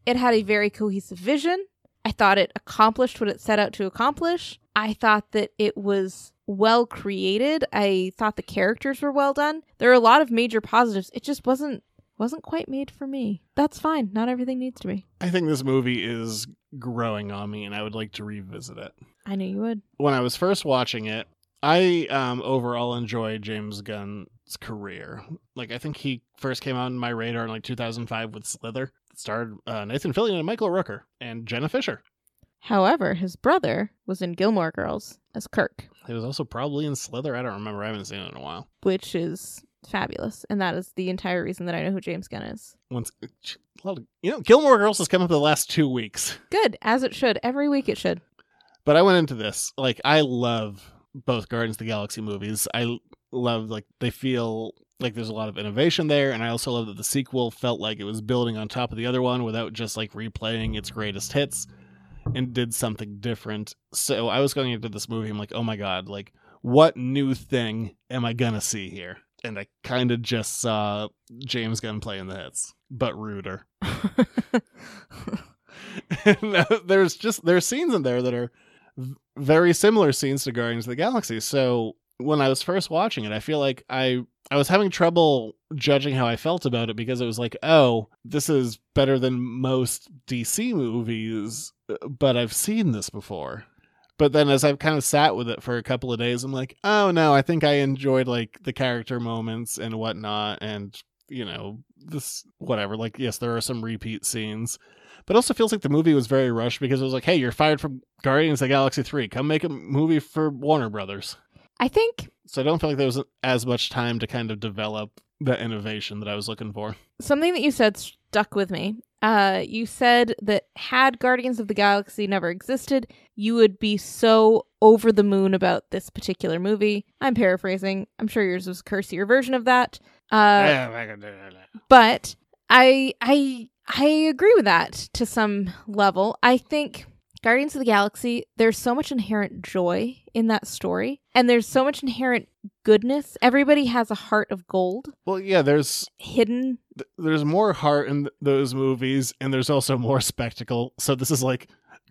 it had a very cohesive vision. I thought it accomplished what it set out to accomplish. I thought that it was well created. I thought the characters were well done. There are a lot of major positives. It just wasn't wasn't quite made for me. That's fine. Not everything needs to be.
I think this movie is growing on me, and I would like to revisit it.
I knew you would.
When I was first watching it, I um, overall enjoy James Gunn's career. Like, I think he first came on my radar in like 2005 with Slither. It starred uh, Nathan Fillion and Michael Rooker and Jenna Fisher.
However, his brother was in Gilmore Girls as Kirk,
He was also probably in Slither. I don't remember. I haven't seen it in a while.
which is fabulous, and that is the entire reason that I know who James Gunn is.
once uh, a lot of- you know gilmore girls has come up the last two weeks
Good, as it should. Every week it should.
but i went into this like i love both guardians of the galaxy movies i l- love like they feel like there's a lot of innovation there and i also love that the sequel felt like it was building on top of the other one without just like replaying its greatest hits and did something different so i was going into this movie i'm like oh my god like what new thing am i gonna see here and i kind of just saw james gunn playing the hits but ruder And, uh, there's just there's scenes in there that are v- very similar scenes to Guardians of the Galaxy. So when I was first watching it, I feel like I I was having trouble judging how I felt about it because it was like, oh, this is better than most DC movies, but I've seen this before. But then as I've kind of sat with it for a couple of days, I'm like, oh no, I think I enjoyed like the character moments and whatnot and you know, this whatever. Like, yes, there are some repeat scenes but it also feels like the movie was very rushed because it was like, hey, you're fired from Guardians of the Galaxy 3. Come make a movie for Warner Brothers.
I think
So I don't feel like there was as much time to kind of develop the innovation that I was looking for.
something that you said stuck with me, Uh, you said that had Guardians of the Galaxy never existed, you would be so over the moon about this particular movie. I'm paraphrasing. I'm sure yours was a cursier version of that. Uh, but I I I agree with that to some level. I think Guardians of the Galaxy, there's so much inherent joy in that story, and there's so much inherent goodness. Everybody has a heart of gold
Well, yeah, there's
hidden.
th- there's more heart in th- those movies, and there's also more spectacle. So this is like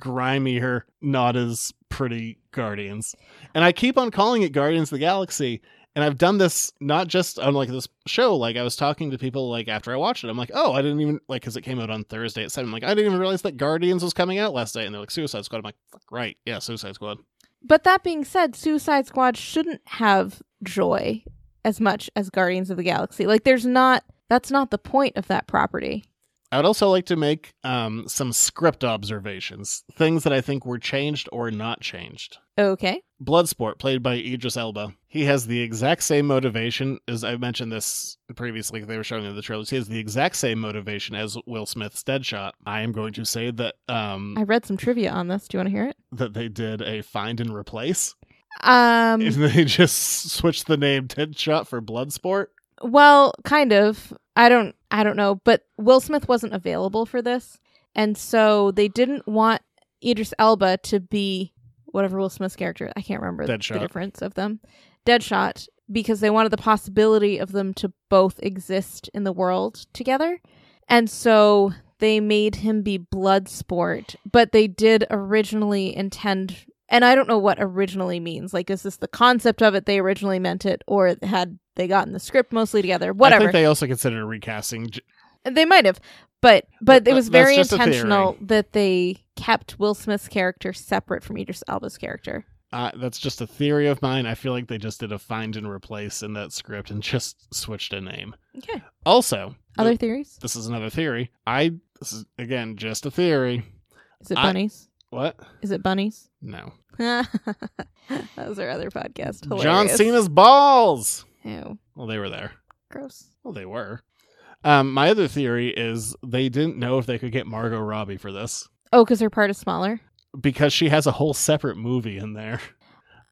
grimier, not as pretty Guardians. And I keep on calling it Guardians of the Galaxy. And I've done this not just on like this show. Like I was talking to people like after I watched it, I'm like, oh, I didn't even like because it came out on Thursday at seven. I'm like I didn't even realize that Guardians was coming out last night. And they're like Suicide Squad. I'm like, Fuck, right, yeah, Suicide Squad.
But that being said, Suicide Squad shouldn't have joy as much as Guardians of the Galaxy. Like there's not that's not the point of that property.
I would also like to make um, some script observations, things that I think were changed or not changed.
Okay.
Bloodsport, played by Idris Elba, he has the exact same motivation as I mentioned this previously. They were showing in the trailers. He has the exact same motivation as Will Smith's Deadshot. I am going to say that um,
I read some trivia on this. Do you want to hear it?
that they did a find and replace,
Um
and they just switched the name Deadshot for Bloodsport.
Well, kind of. I don't I don't know, but Will Smith wasn't available for this. And so they didn't want Idris Elba to be whatever Will Smith's character. I can't remember the
Deadshot.
difference of them. Deadshot because they wanted the possibility of them to both exist in the world together. And so they made him be Bloodsport, but they did originally intend and I don't know what originally means. Like is this the concept of it they originally meant it or had they gotten the script mostly together?
I
Whatever.
think they also considered recasting J-
They might have, but but it
That-
was
that's
very
just a theory.
intentional that they kept Will Smith's character separate from Idris Elba's character.
Uh, that's just a theory of mine. I feel like they just did a find and replace in that script and just switched a name.
Okay.
Also,
Other
th-
theories?
this is another theory. I this is again just a theory.
Is it
I-
bunnies?
What?
Is it bunnies?
No.
that was our other podcast. Hilarious.
John Cena's balls.
Ew,
Well, they were there.
gross.
Well, they were. Um, my other theory is they didn't know if they could get Margot Robbie for this
Oh, because her part is smaller.
because she has a whole separate movie in there.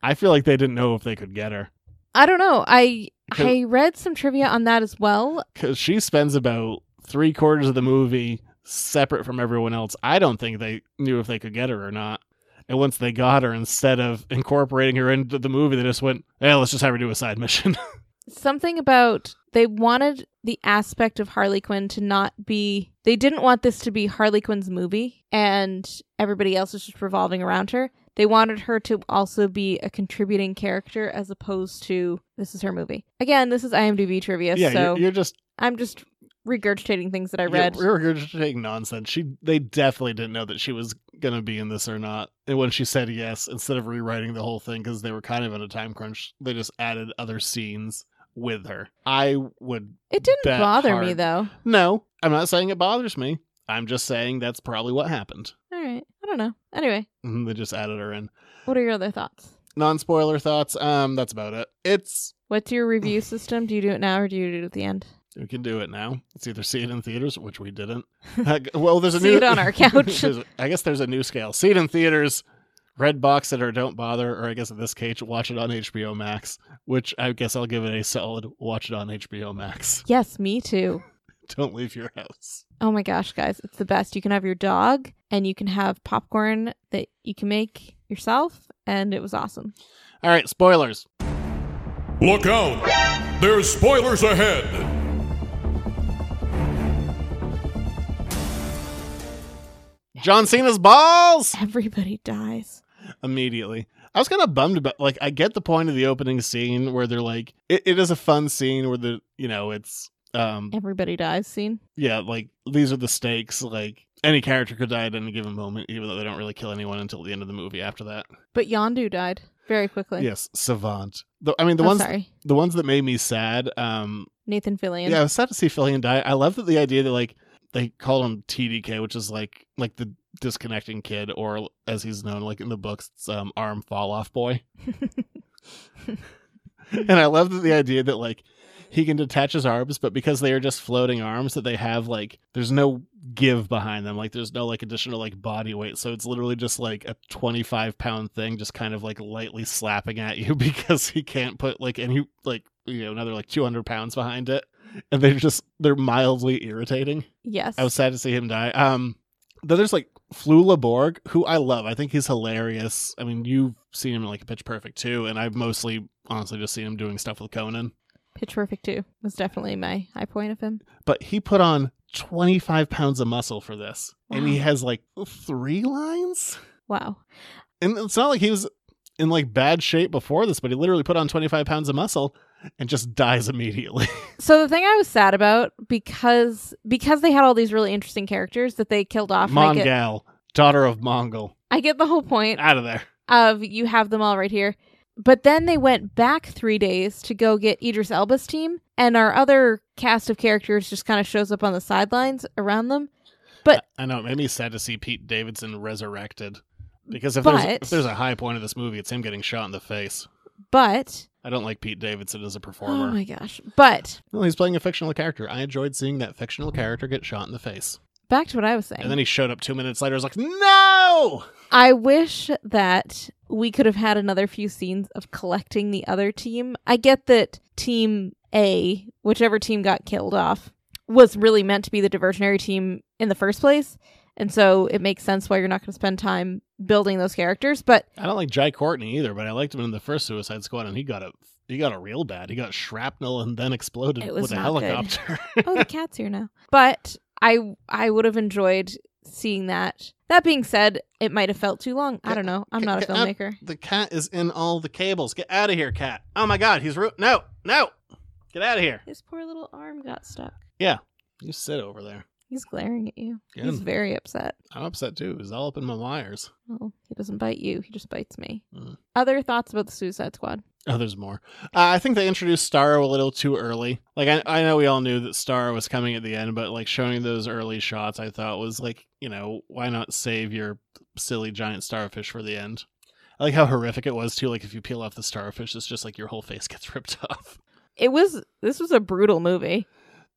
I feel like they didn't know if they could get her.
I don't know. I
Who-
I read some trivia on that as well.
because she spends about three quarters of the movie separate from everyone else. I don't think they knew if they could get her or not. And once they got her, instead of incorporating her into the movie, they just went, "Yeah, let's just have her do a side mission."
Something about they wanted the aspect of Harley Quinn to not be they didn't want this to be Harley Quinn's movie and everybody else was just revolving around her. They wanted her to also be a contributing character as opposed to this is her movie. Again, this is IMDb trivia,
yeah,
so
you're, you're just
I'm just regurgitating things that I read.
You're, you're regurgitating nonsense. She, they definitely didn't know that she was gonna be in this or not. And when she said yes, instead of rewriting the whole thing because they were kind of in a time crunch, they just added other scenes with her. I would
it didn't
bet
bother me
hard.
though.
No, I'm not saying it bothers me. I'm just saying that's probably what happened.
All right. I don't know. Anyway,
And they just added her in.
what are your other thoughts?
Non spoiler thoughts. Um, that's about it. It's
What's your review system? Do you do it now or do you do it at the end?
we can do it now. It's either see it in theaters, which we didn't. Uh, well, there's a
See
new
it on our couch.
there's a- I guess there's a new scale. See it in theaters, red box it or don't bother, or I guess in this case, watch it on HBO Max. Which I guess I'll give it a solid watch it on HBO Max.
Yes, me too.
Don't leave your house.
Oh my gosh, guys, it's the best. You can have your dog and you can have popcorn that you can make yourself, and it was awesome.
All right, spoilers.
Look out! There's spoilers ahead!
John Cena's balls.
Everybody dies.
immediately. I was kind of bummed about like I get the point of the opening scene where they're like it, it is a fun scene where the you know it's um
Everybody dies scene.
yeah like these are the stakes like any character could die at any given moment even though they don't really kill anyone until the end of the movie after that.
But Yondu died very quickly.
Yes, Savant. The, I mean the
I'm
ones
sorry.
the ones that made me sad um
Nathan Fillion.
yeah, I was sad to see Fillion die. I love that the idea that like they called him TDK, which is like like the disconnecting kid, or as he's known, like in the books, it's, um, arm fall off boy. and I love that the idea that like he can detach his arms, but because they are just floating arms that they have, like there's no give behind them. Like there's no like additional like body weight. So it's literally just like a 25 pound thing, just kind of like lightly slapping at you because he can't put like any like you know another like 200 pounds behind it. And they're just they're mildly irritating.
Yes.
I was sad to see him die. Um, then there's like Flula Borg, who I love. I think he's hilarious. I mean, you've seen him in like Pitch Perfect too, and I've mostly honestly just seen him doing stuff with Conan.
Pitch Perfect 2 was definitely my high point of him.
But he put on 25 pounds of muscle for this, wow. and he has like three lines.
Wow.
And it's not like he was in like bad shape before this, but he literally put on 25 pounds of muscle and just dies immediately.
so the thing I was sad about because because they had all these really interesting characters that they killed off.
Mongal, daughter of Mongol.
I get the whole point
out of there.
Of you have them all right here. But then they went back three days to go get Idris Elba's team, and our other cast of characters just kind of shows up on the sidelines around them. But
I, I know it made me sad to see Pete Davidson resurrected because if, but, there's, if there's a high point of this movie, it's him getting shot in the face.
But
I don't like Pete Davidson as a performer.
Oh my gosh. But
well, he's playing a fictional character. I enjoyed seeing that fictional character get shot in the face.
Back to what I was saying.
And then he showed up two minutes later. I was like, no!
I wish that we could have had another few scenes of collecting the other team. I get that team A, whichever team got killed off, was really meant to be the diversionary team in the first place. And so it makes sense why you're not going to spend time building those characters. But
I don't like Jai Courtney either, but I liked him in the first Suicide Squad, and he got a he got a real bad. He got shrapnel and then exploded with a helicopter.
oh, the cat's here now. But I I would have enjoyed seeing that. That being said, it might have felt too long. I don't know. I'm not a filmmaker.
the cat is in all the cables. Get out of here, cat. Oh my god, he's ru- no no. Get out of here.
His poor little arm got stuck.
Yeah, you sit over there.
He's glaring at you. Good. He's very upset.
I'm upset too. He's all up in my wires.
Well, he doesn't bite you. He just bites me. Mm. Other thoughts about the Suicide Squad?
Oh, there's more. Uh, I think they introduced Starro a little too early. Like I, I know we all knew that Starro was coming at the end, but like showing those early shots, I thought was like, you know, why not save your silly giant starfish for the end? I like how horrific it was too. Like if you peel off the starfish, it's just like your whole face gets ripped off.
It was. This was a brutal movie.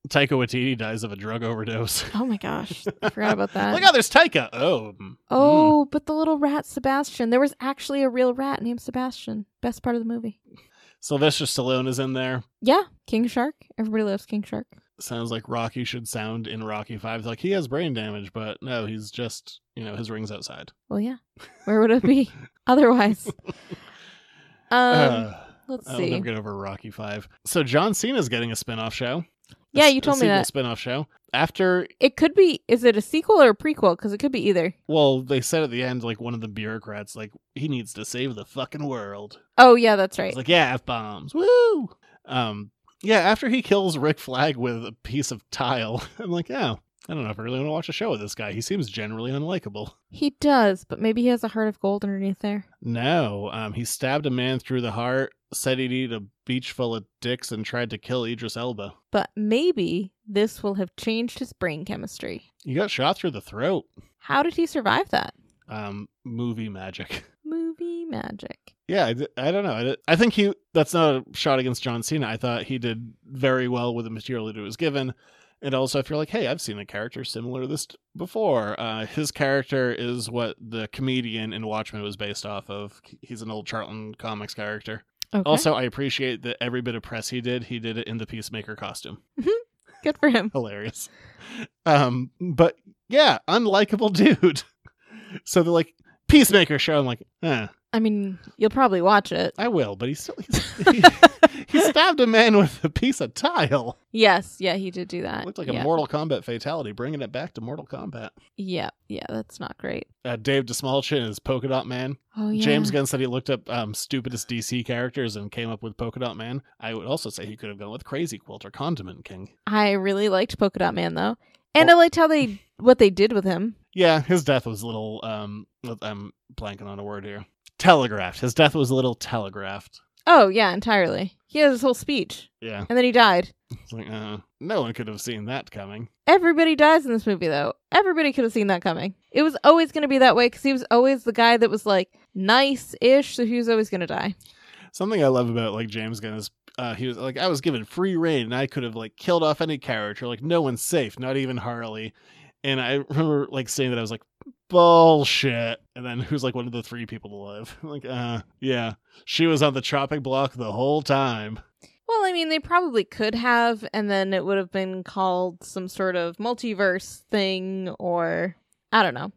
Taika Waititi dies of a drug overdose.
Oh my gosh, I forgot about that.
Look, oh, there's Taika. Oh,
Uh, oh, mm. but the little rat Sebastian. There was actually a real rat named Sebastian. Best part of the movie.
Sylvester Stallone is in there.
Yeah, King Shark. Everybody loves King Shark.
Sounds like Rocky should sound in Rocky Five. Like he has brain damage, but no, he's just you know his rings outside.
Well, yeah. Where would it be otherwise? Um, uh, let's see.
I'll get over Rocky Five. So John Cena's getting a spin-off show.
Yeah, you told me that
spin-off show. After
it could be is it a sequel or a prequel cuz it could be either.
Well, they said at the end like one of the bureaucrats like he needs to save the fucking world.
Oh yeah, that's right.
like yeah, F bombs. Woo! Um yeah, after he kills Rick Flag with a piece of tile. I'm like, "Oh, I don't know if I really want to watch a show with this guy. He seems generally unlikable.
He does, but maybe he has a heart of gold underneath there.
No, um, he stabbed a man through the heart, said he'd eat a beach full of dicks, and tried to kill Idris Elba.
But maybe this will have changed his brain chemistry.
He got shot through the throat.
How did he survive that?
Um, movie magic.
Movie magic.
Yeah, I, I don't know. I, I think he. That's not a shot against John Cena. I thought he did very well with the material that he was given. And also, if you're like, hey, I've seen a character similar to this before, uh, his character is what the comedian in Watchmen was based off of. He's an old Charlton Comics character. Okay. Also, I appreciate that every bit of press he did, he did it in the Peacemaker costume.
Good for him.
Hilarious. Um, but yeah, unlikable dude. so they're like, Peacemaker show. I'm like, eh.
I mean, you'll probably watch it.
I will, but he's still. He's, he, he stabbed a man with a piece of tile.
Yes, yeah, he did do that.
It looked like
Uh, yeah.
a Mortal Kombat fatality, bringing it back to Mortal Kombat.
Yeah, yeah, that's not great.
Uh, Dave DeSmallchin is Polka Dot Man.
Oh yeah.
James Gunn said he looked up um, stupidest DC characters and came up with Polka Dot Man. I would also say he could have gone with Crazy Quilt or Condiment King.
I really liked Polka Dot Man
Oh.
though, and well, I liked how they what they did with him.
Yeah, his death was a little. Um, I'm blanking on a word here. Telegraphed. His death was a little telegraphed.
Oh yeah, entirely. He had his whole speech.
Yeah,
and then he died.
It's like, uh, no one could have seen that coming.
Everybody dies in this movie, though. Everybody could have seen that coming. It was always going to be that way because he was always the guy that was like nice-ish, so he was always going to die.
Something I love about like James Gunn is uh, he was like, I was given free reign and I could have like killed off any character. Like no one's safe, not even Harley. And I remember like saying that I was like, bullshit. And then who's like one of the three people to live? like, uh, yeah, she was on the chopping block the whole time.
Well, I mean, they probably could have, and then it would have been called some sort of multiverse thing, or I don't know.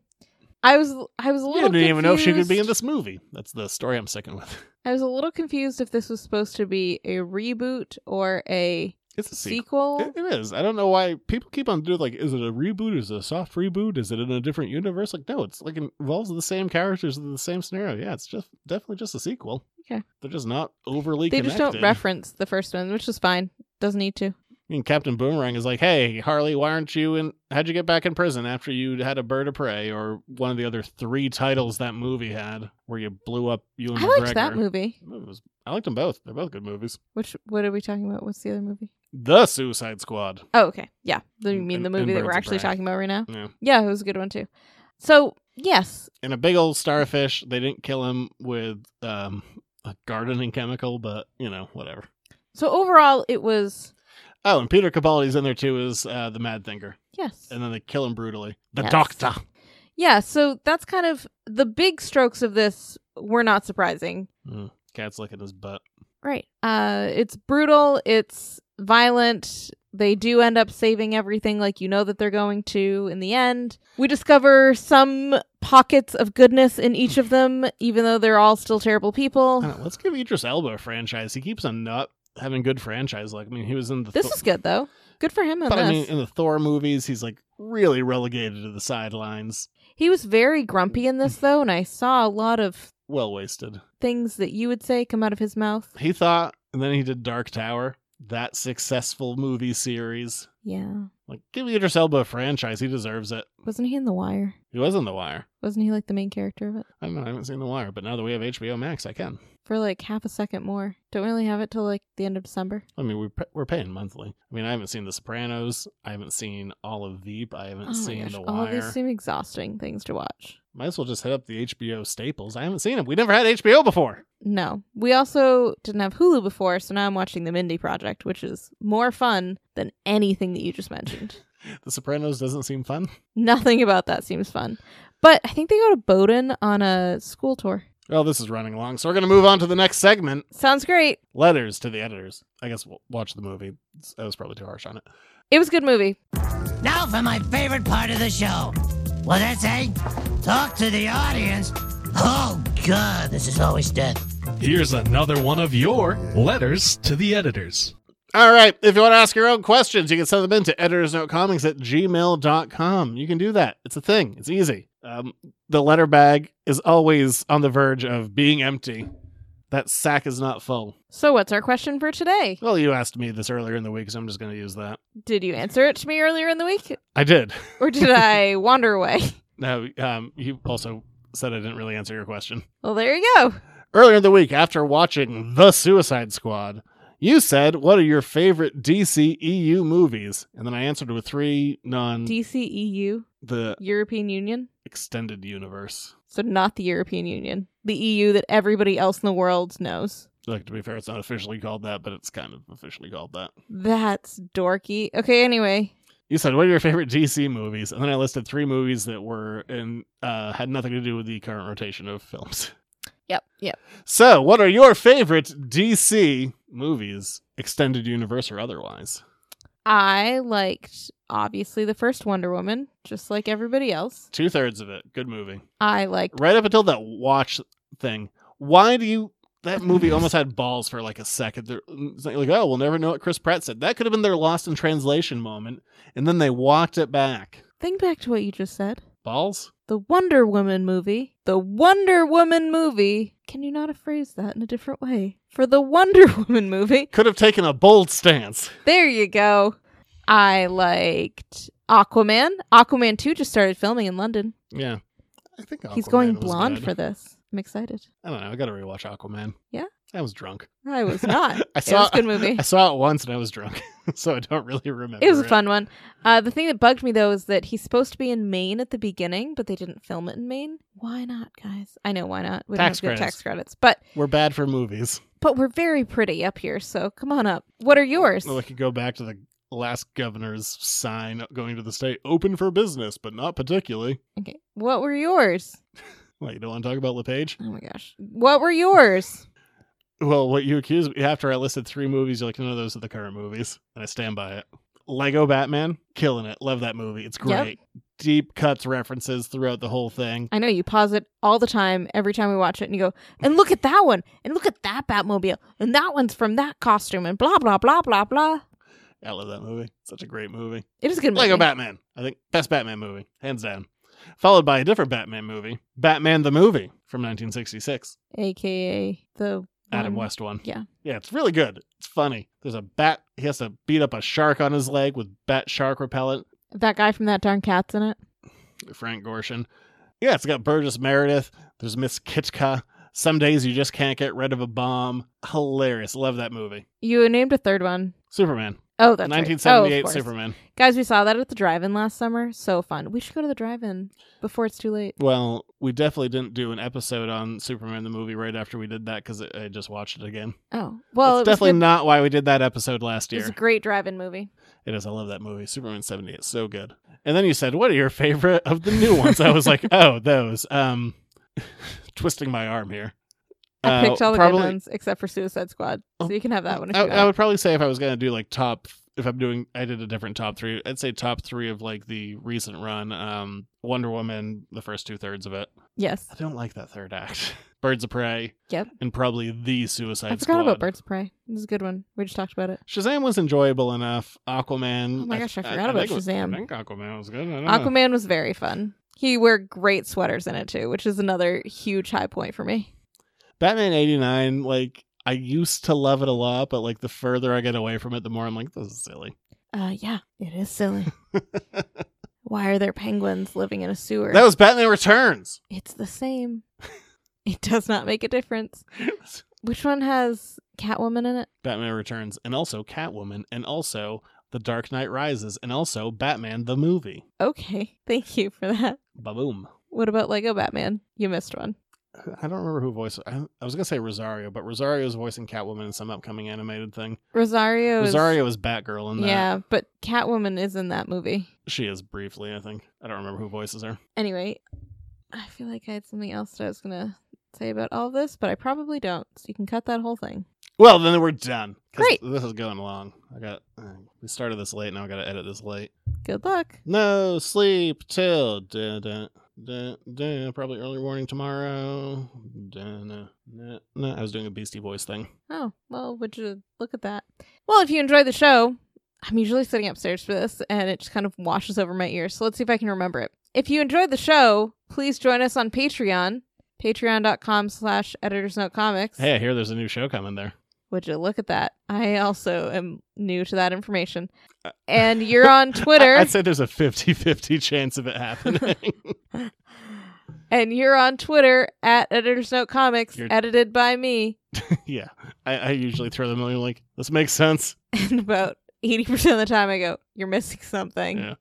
I was I was a little.
You didn't even know if she could
confused.
be in this movie. That's the story I'm sticking with.
I was a little confused if this was supposed to be a reboot or a
It's a sequel.
sequel.
It- it is. I don't know why people keep on doing like, is it a reboot? Is it a soft reboot? Is it in a different universe? Like, no, it's like involves the same characters in the same scenario. Yeah, it's just definitely just a sequel.
Okay.
They're just not overly.
They just
connected.
don't reference the first one, which is fine. Doesn't need to.
I mean, Captain Boomerang is like, hey, Harley, why aren't you in? How'd you get back in prison after you had a bird of prey or one of the other three titles that movie had where you blew up you and
I liked
McGregor?
that movie.
It was- I liked them both. They're both good movies.
Which what are we talking about? What's the other movie?
The Suicide Squad.
Oh, okay. Yeah. The, you
And-
mean the
and- and
movie that
Birds
we're
of
actually
Prey.
talking about right now?
Yeah.
Yeah, it was a good one too. So yes,
and a big old starfish. They didn't kill him with um, a gardening chemical, but you know, whatever.
so overall it was
Oh, and Peter Capaldi's in there too as uh, the Mad Thinker,
yes.
and then they kill him brutally. The
Yes.
Doctor.
Yeah, so that's kind of the big strokes of this were not surprising.
Mm, cat's licking his butt.
Right. Uh it's brutal, it's violent. They do end up saving everything like you know that they're going to in the end. We discover some pockets of goodness in each of them even though they're all still terrible
I
people.
don't know, let's give Idris Elba a franchise. He keeps on not having good franchise. Like I mean, he was in the
This
Thor-
is good though. Good for him on
but
this.
I mean, in the Thor movies, he's like really relegated to the sidelines.
he was very grumpy in this though and I saw a lot of
Well wasted.
things that you would say come out of his mouth.
He thought, and then he did Dark Tower, that successful movie series.
Yeah.
Like, give Idris Elba a franchise. He deserves it.
Wasn't he in The Wire?
He was in The Wire.
Wasn't he like the main character of it?
I don't know. I haven't seen The Wire, but now that we have HBO Max, I can.
for like half a second more. Don't we only have it till like the end of December?
I mean, we're, we're paying monthly. I mean, I haven't seen The Sopranos. I haven't seen all of Veep. I haven't
Oh my
seen The
all
Wire.
these seem exhausting things to watch.
Might as well just hit up the HBO staples. I haven't seen them. We never had HBO before.
No, we also didn't have Hulu before, so now I'm watching the Mindy Project, which is more fun than anything that you just mentioned.
The Sopranos doesn't seem fun.
Nothing about that seems fun, but I think they go to Bowdoin on a school tour.
Well, this is running long, so we're going to move on to the next segment.
Sounds great.
Letters to the editors. I guess we'll watch the movie. I was probably too harsh on it.
It was a good movie.
Now for my favorite part of the show. Well, that's a talk to the audience. Oh, God, this is always dead.
Here's another one of your letters to the editors.
All right. If you want to ask your own questions, you can send them in to editorsnotecomics at gmail.com. You can do that. It's a thing, it's easy. Um, the letter bag is always on the verge of being empty. That sack is not full.
So, what's our question for today?
Well, you asked me this earlier in the week, so I'm just going to use that.
Did you answer it to me earlier in the week,
I did.
or did I wander away?
Now, um, you also said I didn't really answer your question.
Well, there you go.
Earlier in the week, after watching The Suicide Squad, you said, What are your favorite DCEU movies? And then I answered with three non
DCEU,
the
E European Union.
extended universe.
So not the European Union, the EU that everybody else in the world knows.
Like to be fair, it's not officially called that, but it's kind of officially called that.
That's dorky. Okay, anyway,
You said, "What are your favorite DC movies?" And then I listed three movies that were and uh, had nothing to do with the current rotation of films.
yep, yep.
So, what are your favorite DC movies, extended universe or otherwise?
I liked obviously the first Wonder Woman, just like everybody else.
Two thirds of it, good movie.
I liked
Right up until that watch thing. Why do you? That movie almost had balls for like a second. They're it's like, "Oh, we'll never know what Chris Pratt said." That could have been their Lost in Translation moment, and then they walked it back.
think back to what you just said.
Balls.
The Wonder Woman movie. The Wonder Woman movie. Can you not phrase that in a different way? For the Wonder Woman movie.
could have taken a bold stance.
There you go. I liked Aquaman. Aquaman 2 just started filming in London.
Yeah. I think Aquaman
He's going
was
blonde
good.
for this. I'm excited.
I don't know. I got to rewatch Aquaman.
Yeah?
I was drunk.
I was not.
I saw
it was a good movie.
I saw it once and I was drunk. so I don't really remember.
It was a fun one. Uh, the thing that bugged me though is that he's supposed to be in Maine at the beginning, but they didn't film it in Maine. Why not, guys? I know why not. We don't
Tax
have good
credits.
tax credits, but
We're bad for movies.
but we're very pretty up here. So come on up. What are yours?
Well, I could go back to the last governor's sign going to the state open for business, but not particularly.
Okay, what were yours?
Well, you don't want to talk about LePage?
Oh my gosh, what were yours?
Well, what you accused me after I listed three movies, you're like, none of those are the current movies. And I stand by it. Lego Batman, killing it. Love that movie. It's great. Deep cuts references throughout the whole thing.
I know you pause it all the time every time we watch it and you go, and look at that one, and look at that Batmobile, and that one's from that costume, and blah, blah, blah, blah, blah.
I love that movie. Such a great movie.
It is a good movie.
Lego Batman. I think best Batman movie, hands down. Followed by a different Batman movie, Batman the Movie from 1966.
AKA the
Adam
one-
West one.
Um, Yeah.
Yeah, it's really good. It's funny. There's a bat. He has to beat up a shark on his leg with bat shark repellent.
That guy from that darn cat's in it.
Frank Gorshin. Yeah, it's got Burgess Meredith. There's Miss Kitka. Some days you just can't get rid of a bomb. Hilarious. Love that movie.
You named a third one.
Superman.
Oh, that's right. Oh, of
1978
course.
Superman.
Guys, we saw that at the drive-in last summer. So fun. We should go to the drive-in before it's too late.
Well, we definitely didn't do an episode on Superman the movie right after we did that because I just watched it again.
Oh, well,
That's
it was
definitely
good-
not why we did that episode last
It was
year.
a great drive-in movie.
It is. I love that movie. Superman 70. It's so good. And then you said, What are your favorite of the new ones? I was like, Oh, those. Um, twisting my arm here.
I
Uh,
picked all the
probably-
good ones except for Suicide Squad. So you can have that one if
I,
you
I
want.
would probably say if I was going to do like top, if I'm doing, I did a different top three. I'd say top three of like the recent run. Um, Wonder Woman, the first two thirds of it.
Yes.
I don't like that third act. Birds of Prey.
Yep.
And probably the Suicide
I forgot
Squad.
about Birds of Prey. It was a good one. We just talked about it.
Shazam was enjoyable enough. Aquaman.
Oh my gosh, I forgot about
think it was-
Shazam.
I think Aquaman was good. I don't know.
Aquaman was very fun. He wore great sweaters in it too, which is another huge high point for me.
Batman 89, like, I used to love it a lot, but like the further I get away from it, the more I'm like, this is silly.
Uh, yeah, it is silly. Why are there penguins living in a sewer?
That was Batman Returns.
It's the same. it does not make a difference. Which one has Catwoman in it?
Batman Returns, and also Catwoman, and also The Dark Knight Rises, and also Batman the movie.
Okay, thank you for that.
Ba boom.
What about Lego Batman? You missed one.
I don't remember who voiced. I, I was gonna say Rosario, but Rosario's voicing Catwoman in some upcoming animated thing.
Rosario. Is,
Rosario is Batgirl in that.
Yeah, but Catwoman is in that movie.
She is briefly, I think. I don't remember who voices her.
Anyway, I feel like I had something else that I was gonna say about all this, but I probably don't. So you can cut that whole thing.
Well, then we're done. 'cause
Great.
This is going long. I got. Uh, we started this late. Now I got to edit this late.
Good luck.
No sleep till da da da da. Probably early warning tomorrow. Da, na, na, na. I was doing a Beastie Boys thing.
Oh, well, would you look at that? Well, if you enjoyed the show, I'm usually sitting upstairs for this and it just kind of washes over my ears. So let's see if I can remember it. If you enjoyed the show, please join us on Patreon, patreon.com slash editors note comics.
Hey, I hear there's a new show coming there.
Would you look at that? I also am new to that information.
Uh,
And you're on Twitter.
I'd say there's a 50-50 chance of it happening.
and you're on Twitter at Editors Note Comics,
You're-
edited by me,
yeah, I, I usually throw them in like this makes sense.
and about eighty percent of the time I go, "You're missing something."
Yeah.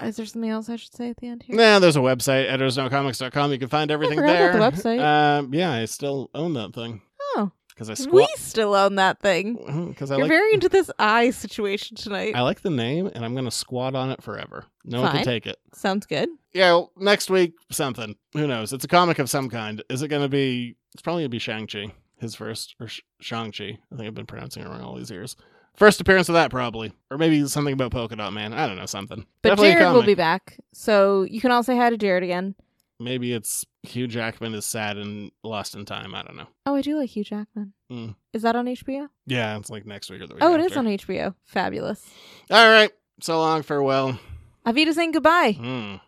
Is there something else I should say at the end here?
Nah, there's a website editorsnocomics.com. You can find everything
forgot
there.
about the website.
Um, yeah, I still own that thing
Oh,
because I
we
squat
still own that thing.
because I
You're
like
very into this eye situation tonight.
I like the name and I'm gonna squat on it forever. No one
Fine.
can take it.
Sounds good.
yeah, well, next week something. Who knows? It's a comic of some kind. Is it going to be? It's probably going to be Shang Chi, his first or Sh- Shang Chi. I think I've been pronouncing it wrong all these years. First appearance of that probably, or maybe something about Polka Dot Man. I don't know something.
But
Definitely a
Jared will
comic.
be back, so you can all say hi to Jared again.
Maybe it's Hugh Jackman is sad and lost in time. I don't know.
Oh, I do like Hugh Jackman.
Mm.
Is that on HBO?
Yeah, it's like next week or the week.
oh, it is
after.
on HBO. Fabulous.
All right. So long, farewell.
Avita saying goodbye.
Hmm.